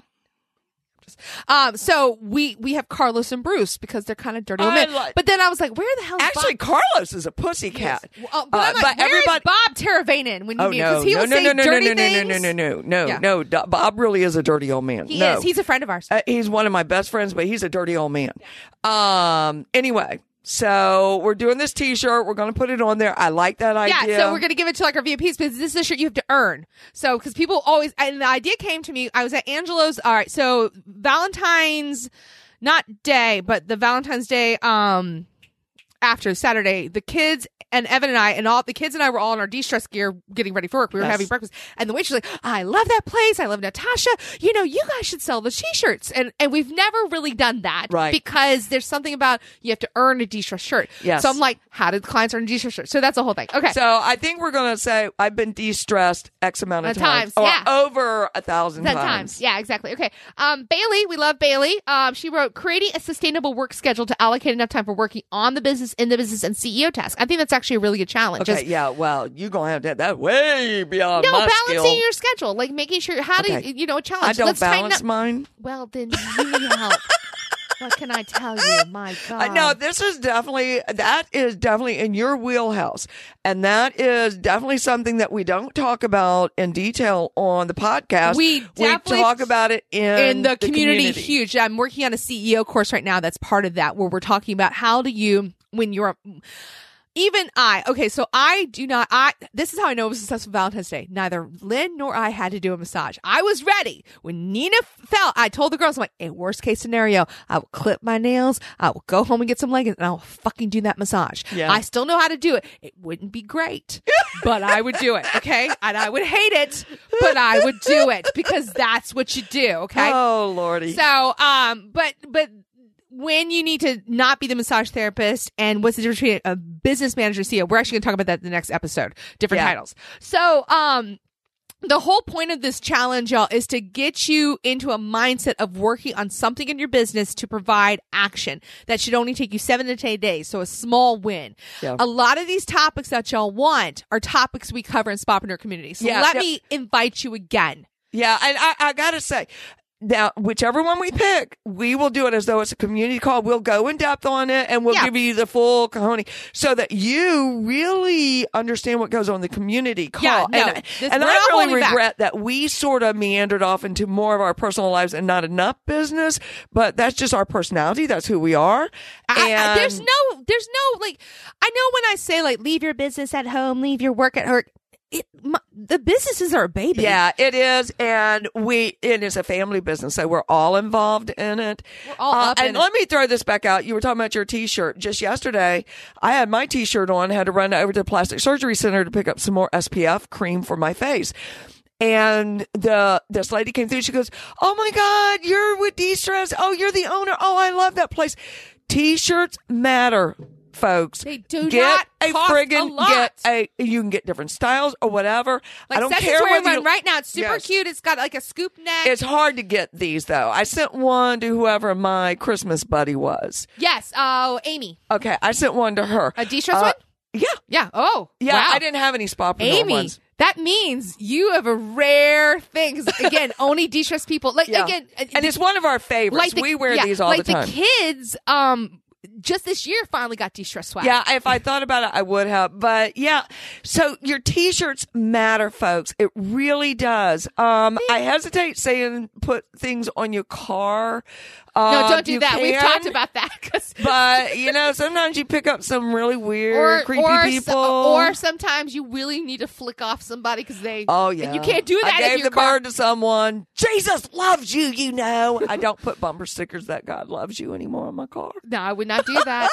Speaker 2: Um, so we we have Carlos and Bruce because they're kind of dirty
Speaker 1: I
Speaker 2: women.
Speaker 1: like-
Speaker 2: but then I was like, where the hell? Is
Speaker 1: Actually,
Speaker 2: Bob?
Speaker 1: Carlos is a pussycat.
Speaker 2: Well, uh, but, I'm like, where is Bob Teravainen when you
Speaker 1: Oh
Speaker 2: meet
Speaker 1: no!
Speaker 2: because he
Speaker 1: no,
Speaker 2: will
Speaker 1: no,
Speaker 2: say
Speaker 1: no, no,
Speaker 2: dirty
Speaker 1: no, no,
Speaker 2: things.
Speaker 1: no, no, no, no, no,
Speaker 2: Yeah.
Speaker 1: no, Do- Bob really is a dirty old man.
Speaker 2: He
Speaker 1: no.
Speaker 2: is. He's a friend of ours.
Speaker 1: Uh, he's one of my best friends, but he's a dirty old man. Um. Anyway, so we're doing this T-shirt. We're going to put it on there. I like that
Speaker 2: Yeah,
Speaker 1: idea.
Speaker 2: so we're gonna give it to like our VIPs because this is a shirt you have to earn. So because people always and the idea came to me, I was at Angelo's. All right, so Valentine's not day, but the Valentine's Day um after Saturday, the kids and Evan and I and all the kids and I were all in our de-stress gear getting ready for work. We were
Speaker 1: Yes.
Speaker 2: having breakfast, and the waitress was like, "I love that place. I love Natasha. You know, you guys should sell the t-shirts." And and we've never really done that,
Speaker 1: Right.
Speaker 2: Because there's something about you have to earn a de-stress shirt.
Speaker 1: Yes.
Speaker 2: So I'm like, how did clients earn a de-stress shirt? So that's the whole thing. Okay.
Speaker 1: So I think we're going to say I've been de-stressed X amount of
Speaker 3: The times,
Speaker 1: times, or
Speaker 3: yeah.
Speaker 1: over a thousand
Speaker 3: Ten
Speaker 1: times.
Speaker 3: times. Yeah, exactly. Okay. Um, Bailey, we love Bailey. Um, she wrote creating a sustainable work schedule to allocate enough time for working on the business, in the business, and CEO task. I think that's actually a really good challenge.
Speaker 1: Okay,
Speaker 3: Just-
Speaker 1: yeah, well, you're going to have to have that way beyond
Speaker 3: no,
Speaker 1: my
Speaker 3: balancing
Speaker 1: skill.
Speaker 3: your schedule, like making sure how
Speaker 1: Okay.
Speaker 3: do you know a challenge.
Speaker 1: I don't
Speaker 3: Let's tighten
Speaker 1: balance
Speaker 3: up-
Speaker 1: mine.
Speaker 3: Well, then you need help. what can I tell you? My God.
Speaker 1: I
Speaker 2: Uh-huh.
Speaker 1: know this is definitely that is definitely in your wheelhouse, and that is definitely something that we don't talk about in detail on the podcast.
Speaker 2: We definitely-
Speaker 1: talk about it in,
Speaker 2: in the, community,
Speaker 1: community.
Speaker 2: huge. I'm working on a CEO course right now that's part of that where we're talking about how do you when you're even I okay, so I do not I this is how I know it was a successful Valentine's Day. Neither Lynn nor I had to do a massage. I was ready. When Nina fell, I told the girls, I'm like, in worst case scenario, I will clip my nails, I will go home and get some leggings, and I will fucking do that massage.
Speaker 1: Yeah.
Speaker 2: I still know how to do it. It wouldn't be great, but I would do it, okay? And I would hate it, but I would do it because that's what you do, okay?
Speaker 1: Oh lordy!
Speaker 2: So, um, but but when you need to not be the massage therapist, and what's the difference between a business manager and CEO? We're actually going to talk about that in the next episode. Different
Speaker 1: Yeah.
Speaker 2: titles. So, um. The whole point of this challenge, y'all, is to get you into a mindset of working on something in your business to provide action that should only take you seven to 10 days. So a small win.
Speaker 1: Yeah.
Speaker 2: A lot of these topics that y'all want are topics we cover in Spapreneur Community. So
Speaker 1: Yeah,
Speaker 2: let
Speaker 1: yeah.
Speaker 2: me invite you again.
Speaker 1: yeah, and I, I gotta say. Now, whichever one we pick, we will do it as though it's a community call. We'll go in depth on it and we'll
Speaker 2: Yeah.
Speaker 1: give you the full cojones so that you really understand what goes on in the community call.
Speaker 2: Yeah, no,
Speaker 1: and I-
Speaker 2: this-
Speaker 1: and
Speaker 2: we're
Speaker 1: I
Speaker 2: not
Speaker 1: really
Speaker 2: holding back.
Speaker 1: regret that we sort of meandered off into more of our personal lives and not enough business, but that's just our personality. That's who we are.
Speaker 2: I- I,
Speaker 1: And-
Speaker 2: there's no, there's no like. I know when I say like, leave your business at home, leave your work at work. It, my, the business is our baby.
Speaker 1: yeah, it is, and we it is a family business, so we're all involved in it. We're
Speaker 2: all up
Speaker 1: and
Speaker 2: in it.
Speaker 1: let me throw this back out. You were talking about your T-shirt just yesterday. I had my T-shirt on, had to run over to the plastic surgery center to pick up some more SPF cream for my face. And the this lady came through. She goes, "Oh my God, you're with De-Stress. Oh, you're the owner. Oh, I love that place. T-shirts matter." Folks,
Speaker 2: They do
Speaker 1: get
Speaker 2: not
Speaker 1: a
Speaker 2: cost a
Speaker 1: friggin'
Speaker 2: lot.
Speaker 1: get a. You can get different styles or whatever.
Speaker 2: like
Speaker 1: I don't
Speaker 2: Seth's
Speaker 1: care
Speaker 2: wearing
Speaker 1: whether
Speaker 2: one
Speaker 1: you-
Speaker 2: right now. It's super
Speaker 1: Yes.
Speaker 2: cute. It's got like a scoop neck.
Speaker 1: It's hard to get these though. I sent one to whoever my Christmas buddy was.
Speaker 3: yes. Oh, Amy.
Speaker 1: Okay, I sent one to her.
Speaker 2: a de-stress
Speaker 1: Uh,
Speaker 2: one.
Speaker 1: Yeah,
Speaker 2: Yeah. Oh,
Speaker 1: yeah.
Speaker 2: Wow.
Speaker 1: I didn't have any spot for
Speaker 2: Amy,
Speaker 1: ones.
Speaker 2: that means you have a rare thing. 'Cause, Again, only de-stress people. Like
Speaker 1: Yeah.
Speaker 2: again, uh,
Speaker 1: and it's one of our favorites.
Speaker 2: the-
Speaker 1: we wear
Speaker 2: yeah,
Speaker 1: these all
Speaker 2: like
Speaker 1: the time.
Speaker 2: kids, um, just this year finally got de-stress swag.
Speaker 1: yeah, if I thought about it, I would have. But yeah, so your t-shirts matter, folks. It really does. Um, I hesitate saying put things on your car.
Speaker 3: No,
Speaker 1: Uh,
Speaker 2: Um,
Speaker 3: don't do
Speaker 1: you
Speaker 3: that. We've
Speaker 1: can,
Speaker 3: talked about that. 'cause-
Speaker 1: But you know, sometimes you pick up some really weird, creepy
Speaker 3: s-
Speaker 1: people.
Speaker 3: or sometimes you really need to flick off somebody because they.
Speaker 1: Oh yeah,
Speaker 3: and you can't do that.
Speaker 1: I
Speaker 3: if
Speaker 1: gave
Speaker 3: you're
Speaker 1: the bird to someone. Jesus loves you, you know. I don't put bumper stickers that God loves you anymore on my car
Speaker 3: No, I would not do that.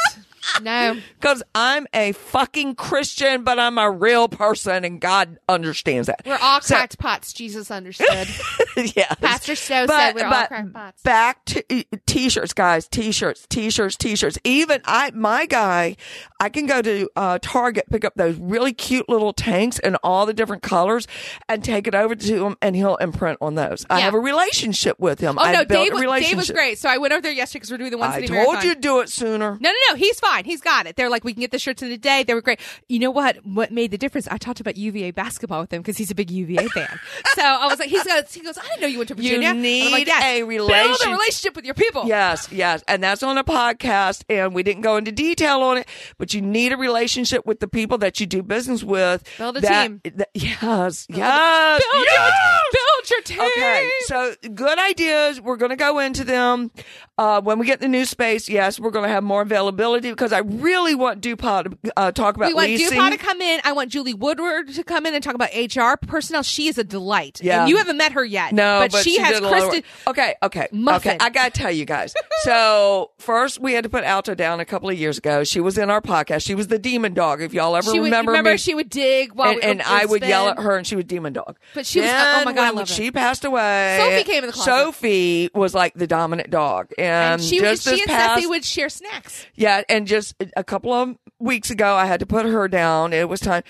Speaker 3: no.
Speaker 1: because I'm a fucking Christian, but I'm a real person, and God understands that.
Speaker 3: We're all
Speaker 1: So-
Speaker 3: cracked pots. Jesus understood.
Speaker 1: yes.
Speaker 3: Pastor So said we're all crackpots.
Speaker 1: Back to uh, t-shirts, guys. T-shirts, t-shirts, t-shirts. Even I, my guy, I can go to uh, Target, pick up those really cute little tanks in all the different colors, and take it over to him, and he'll imprint on those. I
Speaker 3: Yeah.
Speaker 1: have a relationship with him.
Speaker 2: Oh
Speaker 1: I
Speaker 2: no,
Speaker 1: built
Speaker 2: Dave,
Speaker 1: a
Speaker 2: was- Dave
Speaker 1: relationship.
Speaker 2: was great. So I went over there yesterday because we're doing the one
Speaker 1: I
Speaker 2: city
Speaker 1: told
Speaker 2: marathon.
Speaker 1: you to do it sooner.
Speaker 2: No, no, no. He's fine. fine. He's got it. They're like, we can get the shirts in a day. They were great. You know what? What made the difference? I talked about UVA basketball with him because he's a big UVA fan. so I was like, he's got, he goes, I didn't know you went to Virginia. And I'm like,
Speaker 1: need
Speaker 2: "Yes.
Speaker 1: a
Speaker 2: Build
Speaker 1: relation-
Speaker 2: a relationship with your people.
Speaker 1: Yes, yes. And that's on a podcast, and we didn't go into detail on it, but you need a relationship with the people that you do business with.
Speaker 2: Build a
Speaker 1: that-
Speaker 2: team.
Speaker 1: that- yes, yes.
Speaker 2: Build,
Speaker 1: yes!
Speaker 2: your, build your team.
Speaker 1: Okay, so good ideas. We're going to go into them uh, when we get the new space. Yes, we're going to have more availability because I really want DuPont to uh, talk about
Speaker 2: We want
Speaker 1: leasing.
Speaker 2: DuPont to come in. I want Julie Woodward to come in and talk about HR personnel. She is a delight.
Speaker 1: Yeah.
Speaker 2: And you haven't met her yet.
Speaker 1: No, but,
Speaker 2: she, has
Speaker 1: did a lot of
Speaker 2: Kristen.
Speaker 1: work. Okay, okay,
Speaker 2: Muffin.
Speaker 1: okay. I gotta tell you guys. so first, we had to put Alto down a couple of years ago. She was in our podcast. She was the demon dog. If y'all ever
Speaker 2: She would,
Speaker 1: remember,
Speaker 2: remember
Speaker 1: me,
Speaker 2: she would dig while
Speaker 1: and,
Speaker 2: we,
Speaker 1: and I would yell
Speaker 2: spin.
Speaker 1: at her, and she was demon dog.
Speaker 2: But she was- oh my God, I
Speaker 1: when
Speaker 2: love her.
Speaker 1: she passed away.
Speaker 2: Sophie came in the closet.
Speaker 1: Sophie was like the dominant dog, and,
Speaker 2: And she, would-
Speaker 1: um, just
Speaker 2: she
Speaker 1: this
Speaker 2: and
Speaker 1: past,
Speaker 2: Ceci would share snacks.
Speaker 1: yeah, and just a couple of weeks ago, I had to put her down. It was time.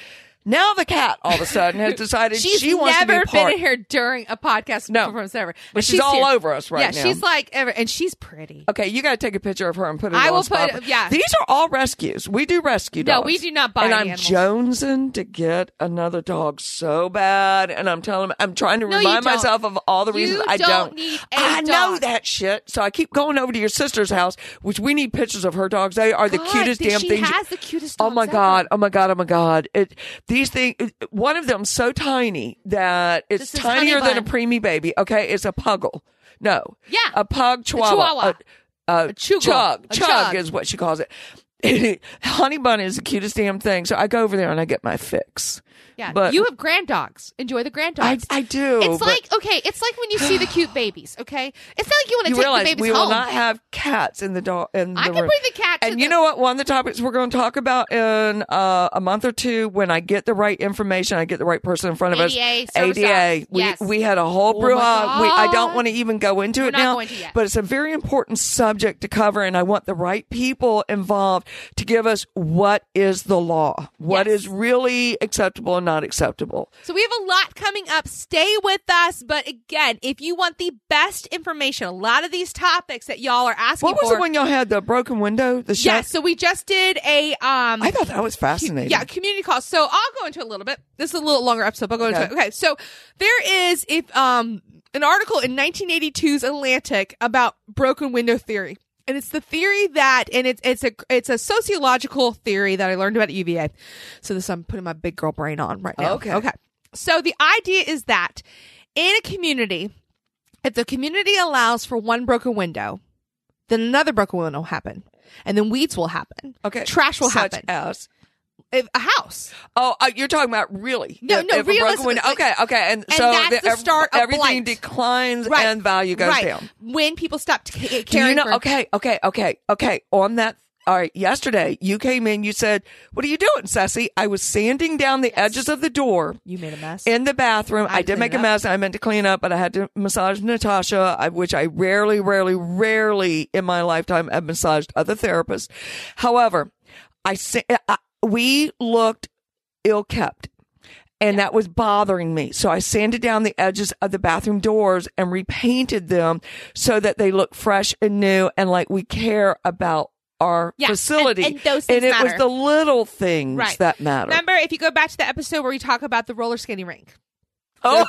Speaker 1: Now the cat all of a sudden has decided
Speaker 2: She's
Speaker 1: she wants to
Speaker 2: never
Speaker 1: be part.
Speaker 2: been here during a podcast
Speaker 1: No.
Speaker 2: performance ever.
Speaker 1: But
Speaker 2: And
Speaker 1: she's all
Speaker 2: here.
Speaker 1: over us right
Speaker 2: Yeah,
Speaker 1: now.
Speaker 2: she's like ever, and she's pretty.
Speaker 1: Okay, you got to take a picture of her and put it.
Speaker 2: I
Speaker 1: on
Speaker 2: will put-
Speaker 1: Spotify.
Speaker 2: yeah.
Speaker 1: These are all rescues. We do rescue
Speaker 2: No,
Speaker 1: dogs.
Speaker 2: we do not buy
Speaker 1: And
Speaker 2: any
Speaker 1: I'm
Speaker 2: animals.
Speaker 1: jonesing to get another dog so bad, and I'm telling, I'm trying to
Speaker 2: you
Speaker 1: remind
Speaker 2: don't.
Speaker 1: myself of all the
Speaker 2: You
Speaker 1: reasons I
Speaker 2: don't
Speaker 1: don't.
Speaker 2: need a
Speaker 1: I know
Speaker 2: dog.
Speaker 1: that shit. So I keep going over to your sister's house, which we need pictures of her dogs. They are the
Speaker 2: God,
Speaker 1: cutest
Speaker 2: th-
Speaker 1: damn
Speaker 2: she
Speaker 1: things. you-
Speaker 2: has the cutest
Speaker 1: Oh my
Speaker 2: dogs
Speaker 1: god!
Speaker 2: ever.
Speaker 1: Oh my god! Oh my god! It these things. One of them's so tiny that it's
Speaker 2: This is
Speaker 1: tinier
Speaker 2: Honey
Speaker 1: than a
Speaker 2: Bun.
Speaker 1: preemie baby. Okay, it's a puggle. No.
Speaker 2: Yeah.
Speaker 1: A pug chihuahua.
Speaker 2: chihuahua.
Speaker 1: A- uh,
Speaker 2: chuggle.
Speaker 1: chug,
Speaker 2: A
Speaker 1: chug,
Speaker 2: chug.
Speaker 1: is what she calls it. Honey bun is the cutest damn thing. So I go over there and I get my fix.
Speaker 2: Yeah,
Speaker 1: but
Speaker 2: you have grand dogs. Enjoy the grand
Speaker 1: I,
Speaker 2: dogs.
Speaker 1: I do.
Speaker 3: It's
Speaker 1: but
Speaker 3: like okay, it's like when you see the cute babies. Okay, it's not like you want to
Speaker 1: you
Speaker 3: take the
Speaker 1: realize
Speaker 3: babies
Speaker 1: we
Speaker 3: home.
Speaker 1: will not have cats in the dog in the
Speaker 3: I can
Speaker 1: room.
Speaker 3: bring the cat to
Speaker 1: And you
Speaker 3: the-
Speaker 1: know what? One of the topics we're going to talk about in uh, a month or two, when I get the right information, I get the right person in front of
Speaker 3: ADA,
Speaker 1: us.
Speaker 3: service
Speaker 1: ADA.
Speaker 3: dog.
Speaker 1: We
Speaker 3: Yes. Oh
Speaker 1: we had a whole brouhaha. We, I don't want to even go into it
Speaker 3: not
Speaker 1: now,
Speaker 3: going to yet.
Speaker 1: but it's a very important subject to cover, and I want the right people involved to give us what is the law, what
Speaker 2: Yes.
Speaker 1: is really acceptable and not acceptable.
Speaker 2: So we have a lot coming up. Stay with us. But again, if you want the best information, a lot of these topics that y'all are asking
Speaker 1: What was
Speaker 2: for.
Speaker 1: the one y'all had? The broken window. The
Speaker 2: yeah,
Speaker 1: shack?
Speaker 2: so we just did a um
Speaker 1: I thought that was fascinating.
Speaker 2: yeah, community call. So I'll go into it a little bit. This is a little longer episode, but I'll go
Speaker 1: Okay.
Speaker 2: into it. Okay. So there is if um an article in 1982's Atlantic about broken window theory. And it's the theory that, and it's it's a it's a sociological theory that I learned about at UVA. So this I'm putting my big girl brain on right now.
Speaker 1: Okay.
Speaker 2: Okay. So the idea is that in a community, if the community allows for one broken window, then another broken window will happen, and then weeds will happen.
Speaker 1: Okay.
Speaker 2: Trash will
Speaker 1: Such
Speaker 2: happen.
Speaker 1: As
Speaker 2: If a house.
Speaker 1: Oh, uh, you're talking about really?
Speaker 2: No,
Speaker 1: If-
Speaker 2: no,
Speaker 1: if a broken
Speaker 2: realistically-
Speaker 1: window- Okay, okay, and,
Speaker 2: And
Speaker 1: so
Speaker 2: that's the
Speaker 1: ev-
Speaker 2: start of blight.
Speaker 1: everything declines and value goes
Speaker 2: right.
Speaker 1: down.
Speaker 2: When people stop c- c-
Speaker 1: Do
Speaker 2: caring
Speaker 1: you know?
Speaker 2: for-
Speaker 1: Okay, okay, okay, okay. On that. All right. Yesterday, you came in. You said, "What are you doing, Sassy?" I was sanding down the edges of the door
Speaker 2: You made a mess.
Speaker 1: in the bathroom. I,
Speaker 2: had to
Speaker 1: did
Speaker 2: clean
Speaker 1: make
Speaker 2: it
Speaker 1: a
Speaker 2: up.
Speaker 1: mess. I meant to clean up, but I had to massage Natasha, I- which I rarely, rarely, rarely in my lifetime have massaged other therapists. However, I, sa- I we looked ill kept. And that was bothering me. So I sanded down the edges of the bathroom doors and repainted them so that they look fresh and new and like we care about our
Speaker 2: Yeah, and-
Speaker 1: facility.
Speaker 2: and those things
Speaker 1: it was
Speaker 2: matter.
Speaker 1: the little things
Speaker 2: Right.
Speaker 1: that matter.
Speaker 2: Remember, if you go back to the episode where we talk about the roller skating rink.
Speaker 1: Oh,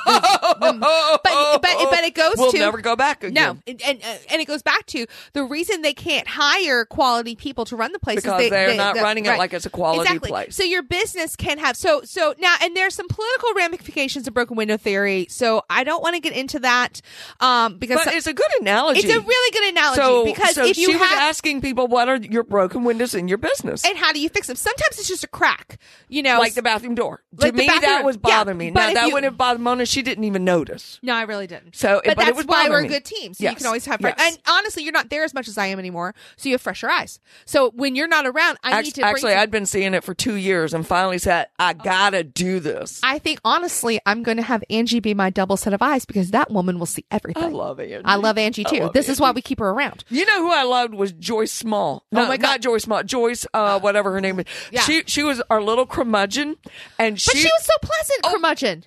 Speaker 2: But- but- but it goes
Speaker 1: we'll
Speaker 2: to-
Speaker 1: never go back again.
Speaker 2: No, and and, uh, and it goes back to the reason they can't hire quality people to run the place is
Speaker 1: Because
Speaker 2: they,
Speaker 1: they're
Speaker 2: they-
Speaker 1: not
Speaker 2: they-
Speaker 1: running it like it's a quality
Speaker 2: exactly.
Speaker 1: place.
Speaker 2: So your business can have so so now, and there's some political ramifications of broken window theory. So I don't want to get into that um, because
Speaker 1: but it's a good analogy.
Speaker 2: it's a really good analogy
Speaker 1: so,
Speaker 2: because
Speaker 1: so
Speaker 2: if you
Speaker 1: she was
Speaker 2: have
Speaker 1: asking people what are your broken windows in your business,
Speaker 2: and how do you fix them? Sometimes it's just a crack, you know,
Speaker 1: like the bathroom door.
Speaker 2: Like
Speaker 1: to
Speaker 2: the
Speaker 1: me, that
Speaker 2: bathroom-
Speaker 1: was
Speaker 2: yeah,
Speaker 1: bothering me.
Speaker 2: but
Speaker 1: Now
Speaker 2: if
Speaker 1: that
Speaker 2: you-
Speaker 1: wouldn't have bothered Mona. She didn't even notice.
Speaker 2: No, I really didn't.
Speaker 1: So,
Speaker 2: but,
Speaker 1: but it
Speaker 2: that's
Speaker 1: was
Speaker 2: why we're a
Speaker 1: bothering me.
Speaker 2: good team. So you
Speaker 1: Yes.
Speaker 2: can always have fresh.
Speaker 1: Yes.
Speaker 2: And honestly, you're not there as much as I am anymore. So you have fresher eyes. So when you're not around, I need
Speaker 1: Act-
Speaker 2: to Oh. bring
Speaker 1: Actually,
Speaker 2: some-
Speaker 1: I'd been seeing it for two years and finally said, I gotta do this.
Speaker 2: I think honestly, I'm going to have Angie be my double set of eyes because that woman will see everything.
Speaker 1: I love Angie.
Speaker 2: I love Angie
Speaker 1: I
Speaker 2: too.
Speaker 1: love
Speaker 2: this is why
Speaker 1: Angie.
Speaker 2: we keep her around.
Speaker 1: You know who I loved was Joyce Small. No,
Speaker 2: my God.
Speaker 1: not Joyce Small. Joyce, uh, whatever her name is.
Speaker 2: Yeah.
Speaker 1: She she was our little curmudgeon, and
Speaker 2: But she, was so pleasant,
Speaker 1: Oh.
Speaker 2: curmudgeon.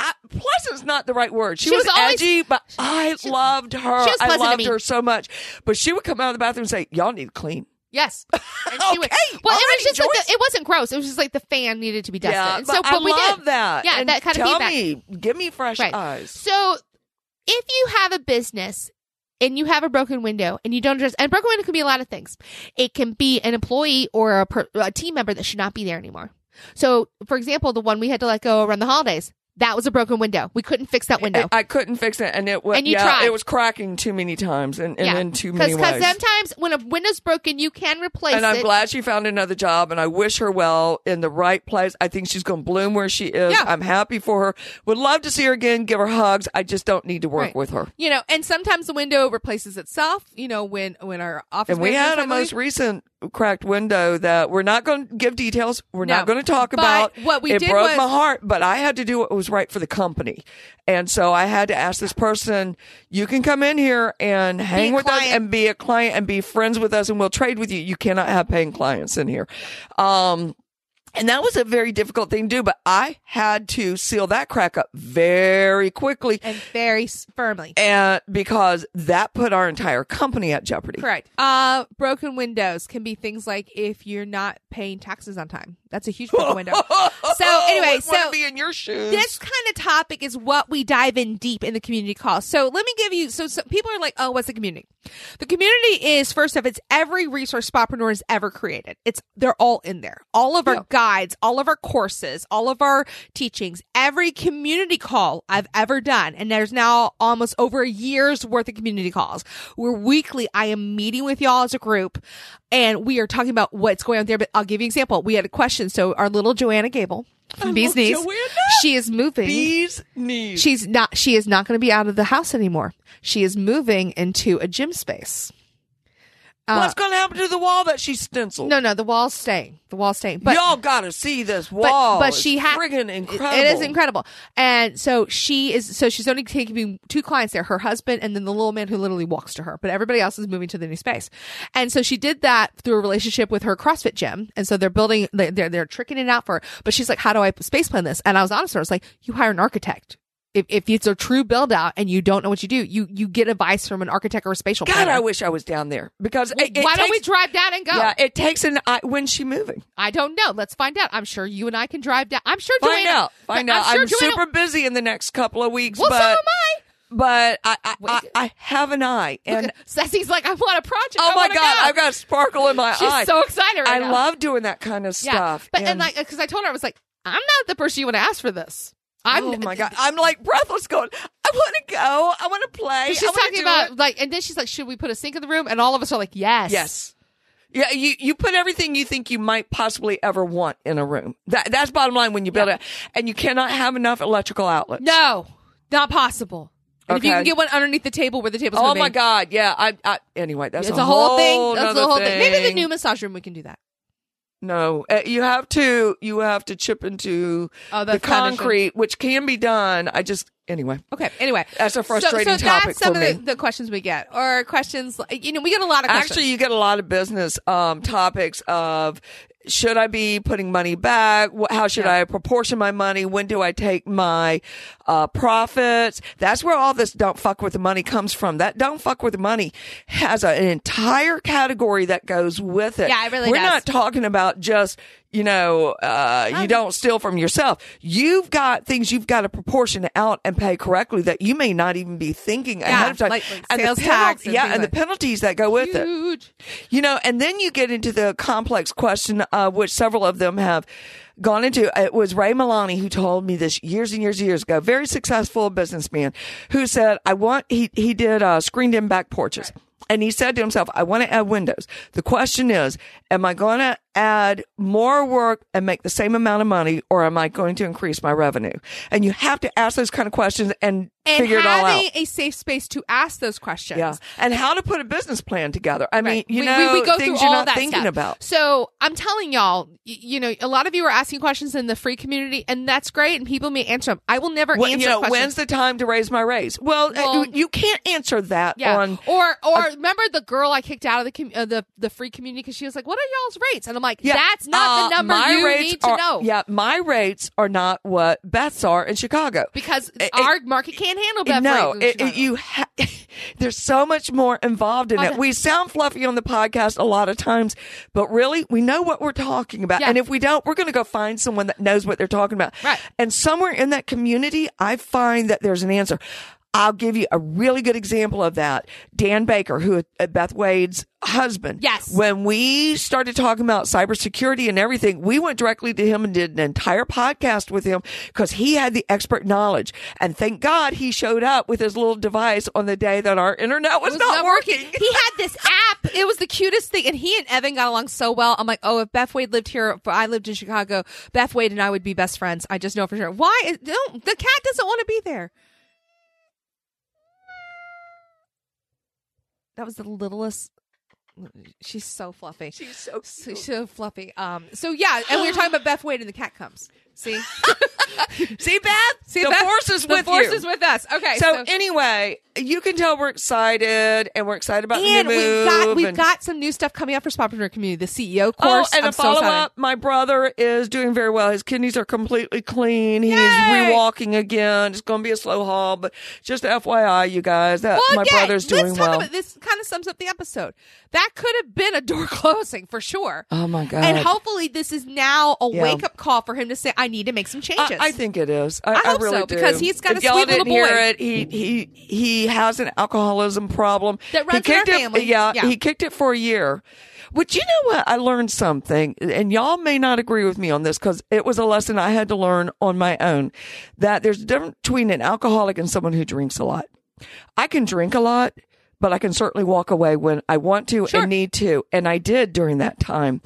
Speaker 1: I, pleasant's not the right word. She,
Speaker 3: She
Speaker 1: was,
Speaker 3: was always-
Speaker 1: edgy, but I loved her.
Speaker 3: she was
Speaker 1: I
Speaker 3: pleasant to
Speaker 1: loved
Speaker 3: me.
Speaker 1: her so much. But she would come out of the bathroom and say, "Y'all need to clean."
Speaker 3: Yes. And she went-
Speaker 1: Okay.
Speaker 3: Well,
Speaker 1: All
Speaker 3: it was
Speaker 1: right,
Speaker 3: just like
Speaker 1: Joyce.
Speaker 3: the, it wasn't gross. It was just like the fan needed to be dusted.
Speaker 1: Yeah,
Speaker 3: And
Speaker 1: but
Speaker 3: so,
Speaker 1: I
Speaker 3: but we
Speaker 1: love
Speaker 3: did.
Speaker 1: that.
Speaker 3: Yeah,
Speaker 1: And
Speaker 3: that kind of
Speaker 1: tell
Speaker 3: feedback.
Speaker 1: me, give me fresh
Speaker 3: Right.
Speaker 1: eyes.
Speaker 3: So, if you have a business and you have a broken window and you don't address, and broken window can be a lot of things. It can be an employee or a, per, a team member that should not be there anymore. So, for example, the one we had to let go around the holidays, that was a broken window. We couldn't fix that window.
Speaker 1: I- I couldn't fix it, and it was
Speaker 3: And you
Speaker 1: yeah,
Speaker 3: tried.
Speaker 1: it was cracking too many times, and, and in too many
Speaker 3: Because
Speaker 1: ways.
Speaker 3: sometimes when a window's broken, you can replace
Speaker 1: and I'm
Speaker 3: it.
Speaker 1: glad she found another job, and I wish her well in the right place. I think she's going to bloom where she is.
Speaker 2: Yeah.
Speaker 1: I'm happy for her. Would love to see her again, give her hugs. I just don't need to work
Speaker 2: Right.
Speaker 1: with her.
Speaker 2: You know, and sometimes the window replaces itself. You know, when when our office
Speaker 1: And we
Speaker 2: manager
Speaker 1: had a
Speaker 2: finally-
Speaker 1: most recent cracked window that we're not going to give details. We're not
Speaker 2: No.
Speaker 1: going to talk
Speaker 2: But
Speaker 1: about.
Speaker 2: what we
Speaker 1: it
Speaker 2: did
Speaker 1: broke
Speaker 2: was-
Speaker 1: my heart, but I had to do what was right for the company, and so I had to ask this person, "You can come in here and hang
Speaker 2: a
Speaker 1: with us
Speaker 2: client.
Speaker 1: and be a client and be friends with us, and we'll trade with you. You cannot have paying clients in here." Um, and that was a very difficult thing to do, but I had to seal that crack up very quickly,
Speaker 2: and very s- firmly.
Speaker 1: and because that put our entire company at jeopardy.
Speaker 2: Correct. Uh, broken windows can be things like if you're not paying taxes on time. That's a huge broken window. So anyway,
Speaker 1: Wouldn't wanna
Speaker 2: so
Speaker 1: be in your shoes.
Speaker 2: this kind of topic is what we dive in deep in the community call. So let me give you. So, so people are like, "Oh, what's the community?" The community is first off, it's every resource Spotpreneur has ever created. It's they're all in there. All of our guides, all of our courses, all of our teachings, every community call I've ever done, and there's now almost over a year's worth of community calls. Where weekly, I am meeting with y'all as a group, and we are talking about what's going on there. But I'll give you an example. We had a question. So our little Joanna Gable. From Bee's
Speaker 1: little
Speaker 2: knees.
Speaker 1: Joanna.
Speaker 2: She is moving.
Speaker 1: bees knees.
Speaker 2: She's not she is not going to be out of the house anymore. She is moving into a gym space.
Speaker 3: uh,
Speaker 1: What's going to happen to the wall that she stenciled?
Speaker 2: No, no, the wall's staying. The wall's staying. But
Speaker 1: Y'all got to see this
Speaker 2: but,
Speaker 1: wall.
Speaker 2: but she
Speaker 1: It's
Speaker 2: has
Speaker 1: friggin' incredible.
Speaker 2: It is incredible. And so she is so she's only taking two clients there, her husband and then the little man who literally walks to her. But everybody else is moving to the new space. And so she did that through a relationship with her CrossFit gym. And so they're building they- they're they're tricking it out for her. But she's like, How do I space plan this? And I was honest with her, I was like, You hire an architect. If, if it's a true build out and you don't know what you do, you you get advice from an architect or a spatial
Speaker 1: God,
Speaker 2: planner.
Speaker 1: I wish I was down there because it, it
Speaker 3: Why don't we
Speaker 1: takes-
Speaker 3: drive down and go?
Speaker 1: Yeah, it takes an. I, when's she moving?
Speaker 3: I don't know. Let's find out. I'm sure you and I can drive down. I'm sure
Speaker 1: Find
Speaker 3: Joanna.
Speaker 1: out. Find
Speaker 3: I'm
Speaker 1: out.
Speaker 3: sure
Speaker 1: I'm
Speaker 3: Joanna-
Speaker 1: super busy in the next couple of weeks.
Speaker 3: Well,
Speaker 1: but,
Speaker 3: so am I.
Speaker 1: But I, I,
Speaker 3: Wait.
Speaker 1: I, I have an eye, and
Speaker 3: Ceci's like, I want a project.
Speaker 1: oh
Speaker 3: I
Speaker 1: my
Speaker 3: wanna
Speaker 1: God,
Speaker 3: go.
Speaker 1: I've got a sparkle in my
Speaker 3: She's
Speaker 1: eye.
Speaker 3: so excited right
Speaker 1: I
Speaker 3: now.
Speaker 1: love doing that kind of stuff.
Speaker 3: But and, like, because I told her I was like, I'm not the person you want to ask for this. I'm.
Speaker 1: oh my god, I'm like breathless, going. I want to go. I want to play.
Speaker 3: She's
Speaker 1: I wanna
Speaker 3: talking
Speaker 1: do
Speaker 3: about
Speaker 1: it."
Speaker 3: like, and then she's like, should we put a sink in the room? And all of us are like, yes,
Speaker 1: yes. Yeah, you, you put everything you think you might possibly ever want in a room. That that's bottom line when you build it, and you cannot have enough electrical outlets.
Speaker 2: no, not possible. And if you
Speaker 1: Okay.
Speaker 2: can get one underneath the table where the table's
Speaker 1: oh
Speaker 2: gonna
Speaker 1: my
Speaker 2: be.
Speaker 1: god, yeah. I, I anyway, that's
Speaker 2: It's a whole thing. That's
Speaker 1: nother
Speaker 2: the whole thing. Maybe the
Speaker 1: thing.
Speaker 2: new massage room we can do that.
Speaker 1: No, uh, you have to you have to chip into
Speaker 2: Oh, the
Speaker 1: the
Speaker 2: foundation.
Speaker 1: concrete, which can be done. I just anyway.
Speaker 2: Okay. Anyway,
Speaker 1: That's a
Speaker 2: So-
Speaker 1: frustrating
Speaker 2: so,
Speaker 1: topic
Speaker 2: that's some
Speaker 1: for
Speaker 2: of
Speaker 1: me.
Speaker 2: The, the questions we get, or questions. like- You know, we get a lot of questions.
Speaker 1: Actually, you get a lot of business um, topics of should I be putting money back? Wh- How should I proportion my money? When do I take my uh, profits? That's where all this don't fuck with the money comes from. That don't fuck with the money has a- an entire category that goes with it.
Speaker 2: Yeah, it really
Speaker 1: We're
Speaker 2: does. Um,
Speaker 1: not talking about just, you know, uh, you don't steal from yourself. You've got things you've got to proportion out and pay correctly that you may not even be thinking ahead of time.
Speaker 2: like- like
Speaker 1: and the
Speaker 2: sales tax and
Speaker 1: yeah,
Speaker 2: things
Speaker 1: and
Speaker 2: like-
Speaker 1: the penalties that go with it.
Speaker 2: Huge.
Speaker 1: You know, and then you get into the complex question, uh, which several of them have gone into. It was Ray Milani who told me this years and years and years ago, very successful businessman who said, I want, he, he did, uh, screened in back porches. And he said to himself, I want to add windows. The question is, am I going to add more work and make the same amount of money or am I going to increase my revenue? And you have to ask those kind of questions and,
Speaker 2: And
Speaker 1: figure it all out.
Speaker 2: having a safe space to ask those questions.
Speaker 1: Yeah. And how to put a business plan together. I mean,
Speaker 2: Right. we,
Speaker 1: you
Speaker 2: we-
Speaker 1: know,
Speaker 2: we go
Speaker 1: things
Speaker 2: through
Speaker 1: you're
Speaker 2: all
Speaker 1: not
Speaker 2: that
Speaker 1: thinking
Speaker 2: stuff.
Speaker 1: about.
Speaker 2: So I'm telling y'all, y- you know, a lot of you are asking questions in the free community, and that's great. And people may answer them. I will never
Speaker 1: Well,
Speaker 2: answer
Speaker 1: you know,
Speaker 2: questions.
Speaker 1: when's the time to raise my raise? Well, uh,
Speaker 3: Well-
Speaker 1: you- you can't answer that
Speaker 3: yeah.
Speaker 1: on.
Speaker 3: or or remember the girl I kicked out of the com- uh, the the free community because she was like, what are y'all's rates? And I'm like,
Speaker 1: Yeah.
Speaker 3: that's not the
Speaker 1: Uh,
Speaker 3: number
Speaker 1: my
Speaker 3: you
Speaker 1: rates
Speaker 3: need to
Speaker 1: are-
Speaker 3: know.
Speaker 1: Yeah, my rates are not what Beth's are in Chicago.
Speaker 3: Because
Speaker 1: It- it-
Speaker 3: our market can't handle that.
Speaker 1: no,
Speaker 3: rate in
Speaker 1: it, it-
Speaker 3: Chicago.
Speaker 1: you ha- there's so much more involved in
Speaker 3: Oh,
Speaker 1: it.
Speaker 3: that-
Speaker 1: We sound fluffy on the podcast a lot of times, but really, we know what we're talking about.
Speaker 3: Yeah.
Speaker 1: And if we don't, we're going to go find someone that knows what they're talking about.
Speaker 3: Right.
Speaker 1: And somewhere in that community, I find that there's an answer. I'll give you a really good example of that. Dan Baker, who uh, Beth Wade's husband.
Speaker 3: Yes.
Speaker 1: When we started talking about cybersecurity and everything, we went directly to him and did an entire podcast with him because he had the expert knowledge. And thank God he showed up with his little device on the day that our internet was,
Speaker 2: was
Speaker 1: not, working.
Speaker 2: He had this app. It was the cutest thing. And he and Evan got along so well. I'm like, oh, if Beth Wade lived here, if I lived in Chicago, Beth Wade and I would be best friends. I just know for sure. Why? is- Don't, the cat doesn't want to be there. That was the littlest. She's so fluffy. She's so she's so fluffy. Um. So yeah, and we were talking about Beth Wade and the cat comes. See,
Speaker 1: See, Beth?
Speaker 2: see
Speaker 1: the
Speaker 2: Beth?
Speaker 1: force is
Speaker 2: the
Speaker 1: with
Speaker 2: force
Speaker 1: you.
Speaker 2: is with us. Okay.
Speaker 1: so, anyway, you can tell we're excited and we're excited about
Speaker 2: and
Speaker 1: the new
Speaker 2: we've got
Speaker 1: move
Speaker 2: we've
Speaker 1: and-
Speaker 2: got some new stuff coming up for Spotpreneur Community. The CEO course.
Speaker 1: Oh, and
Speaker 2: I'm
Speaker 1: a
Speaker 2: so
Speaker 1: follow
Speaker 2: excited.
Speaker 1: up. My brother is doing very well. His kidneys are completely clean. He's
Speaker 2: Yay!
Speaker 1: rewalking again. It's going to be a slow haul, but just FYI, you guys, that
Speaker 2: Well,
Speaker 1: my
Speaker 2: again,
Speaker 1: brother's doing
Speaker 2: let's
Speaker 1: well.
Speaker 2: Talk about, this kind of sums up the episode. That could have been a door closing for sure.
Speaker 1: Oh, my God.
Speaker 2: And hopefully, this is now a
Speaker 1: Yeah.
Speaker 2: wake up call for him to say, "I need to make some
Speaker 1: I,
Speaker 2: changes."
Speaker 1: I think it is. I,
Speaker 2: I hope
Speaker 1: really
Speaker 2: so,
Speaker 1: do.
Speaker 2: because he's got
Speaker 1: if
Speaker 2: a sweet
Speaker 1: y'all
Speaker 2: little
Speaker 1: didn't Hear
Speaker 2: boy.
Speaker 1: it, he he he has an alcoholism problem
Speaker 2: That runs
Speaker 1: he
Speaker 2: in our
Speaker 1: kicked it-
Speaker 2: family.
Speaker 1: Yeah,
Speaker 2: Yeah.
Speaker 1: he kicked it for a year. But you know what? I learned something, and y'all may not agree with me on this because it was a lesson I had to learn on my own. That there's a difference between an alcoholic and someone who drinks a lot. I can drink a lot, but I can certainly walk away when I want to and need to. And I did during that time.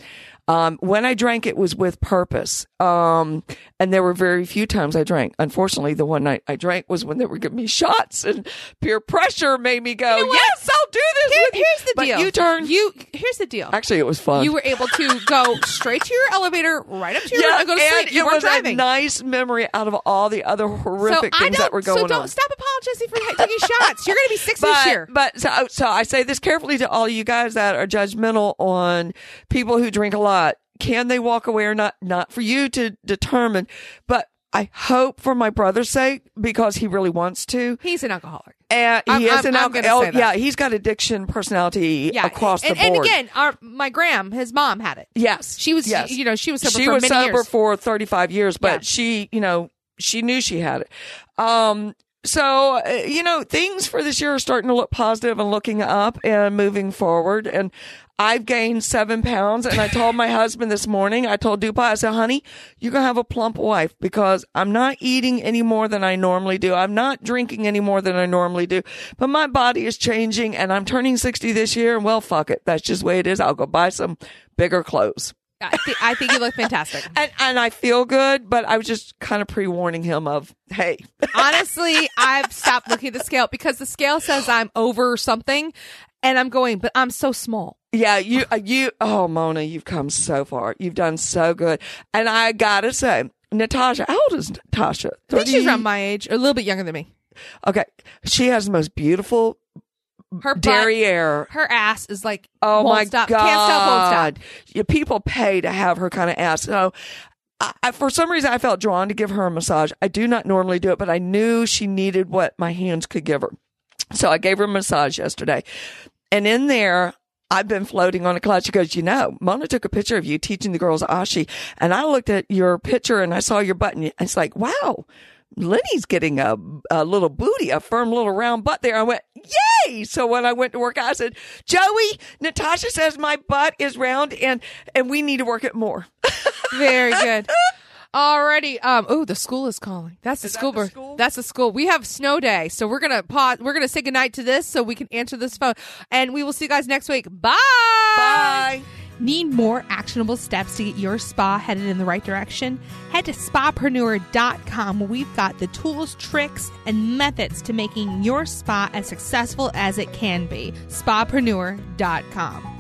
Speaker 1: Um, when I drank, it was with purpose. Um, and there were very few times I drank. Unfortunately, the one night I drank was when they were giving me shots and peer pressure made me go, yes, I'll do this.
Speaker 2: Here-
Speaker 1: with you."
Speaker 2: here's the
Speaker 1: but
Speaker 2: deal.
Speaker 1: You turn.
Speaker 2: You here's the deal.
Speaker 1: Actually, it was fun.
Speaker 2: you were able to go straight to your elevator, right up to your room, and go to
Speaker 1: and
Speaker 2: sleep. You
Speaker 1: it
Speaker 2: weren't
Speaker 1: was
Speaker 2: driving.
Speaker 1: a nice memory out of all the other
Speaker 2: so
Speaker 1: horrific
Speaker 2: I
Speaker 1: things
Speaker 2: don't.
Speaker 1: that were going
Speaker 2: so don't
Speaker 1: on.
Speaker 2: stop apologizing for taking shots. You're going to be six
Speaker 1: but,
Speaker 2: this year.
Speaker 1: But so, oh, so I say this carefully to all you guys that are judgmental on people who drink a lot. Can they walk away or not? Not for you to determine, but I hope for my brother's sake because he really wants to.
Speaker 2: He's an alcoholic.
Speaker 1: And he
Speaker 2: I'm-
Speaker 1: is
Speaker 2: I'm-
Speaker 1: an
Speaker 2: I'm
Speaker 1: alco-
Speaker 2: gonna
Speaker 1: oh,
Speaker 2: say that.
Speaker 1: Yeah, he's got addiction personality
Speaker 2: Yeah,
Speaker 1: across
Speaker 2: and,
Speaker 1: the board.
Speaker 2: And again, our my gram, his mom had it.
Speaker 1: yes,
Speaker 2: She was,
Speaker 1: yes.
Speaker 2: you know, she was sober
Speaker 1: she
Speaker 2: for
Speaker 1: was
Speaker 2: many
Speaker 1: sober
Speaker 2: years.
Speaker 1: for 35 years but
Speaker 2: Yeah.
Speaker 1: she you know she knew she had it um so uh, you know things for this year are starting to look positive and looking up and moving forward and I've gained seven pounds and I told my husband this morning, I told Dupa, I said, honey, you're going to have a plump wife because I'm not eating any more than I normally do. I'm not drinking any more than I normally do, but my body is changing and I'm turning 60 this year. And well, fuck it. That's just the way it is. I'll go buy some bigger clothes.
Speaker 2: I, thi- I think you look fantastic.
Speaker 1: And, and I feel good, but I was just kind of pre warning him of, hey,
Speaker 2: Honestly, I've stopped looking at the scale because the scale says I'm over something, and I'm going, but I'm so small.
Speaker 1: yeah, you, uh, you, oh, Mona, you've come so far. You've done so good. And I gotta say, Natasha, how old is Natasha?
Speaker 2: I think she's
Speaker 1: 30?
Speaker 2: around my age, or a little bit younger than me.
Speaker 1: Okay. She has the most beautiful
Speaker 2: Her butt,
Speaker 1: derriere.
Speaker 2: her ass is like,
Speaker 1: Oh
Speaker 2: won't
Speaker 1: my
Speaker 2: stop.
Speaker 1: god!
Speaker 2: can't stop, won't stop.
Speaker 1: Yeah, people pay to have her kind of ass. So, I, I, for some reason, I felt drawn to give her a massage. I do not normally do it, but I knew she needed what my hands could give her, so I gave her a massage yesterday. And in there, I've been floating on a cloud. She goes, "You know, Mona took a picture of you teaching the girls ashi, and I looked at your picture and I saw your button. It's like, wow." Lenny's getting a, a little booty, a firm little round butt there. I went, yay! So when I went to work, I said, Joey, Natasha says my butt is round and, and we need to work it more.
Speaker 2: Very good. Alrighty. Um. Oh, the school is calling. That's the
Speaker 1: that
Speaker 2: school
Speaker 1: the
Speaker 2: bird.
Speaker 1: school?
Speaker 2: That's the school. We have snow day, so we're gonna pause. We're gonna say goodnight to this, so we can answer this phone, and we will see you guys next week. Bye.
Speaker 1: Bye.
Speaker 4: Need more actionable steps to get your spa headed in the right direction? Head to spapreneur.com where we've got the tools, tricks, and methods to making your spa as successful as it can be. Spapreneur.com.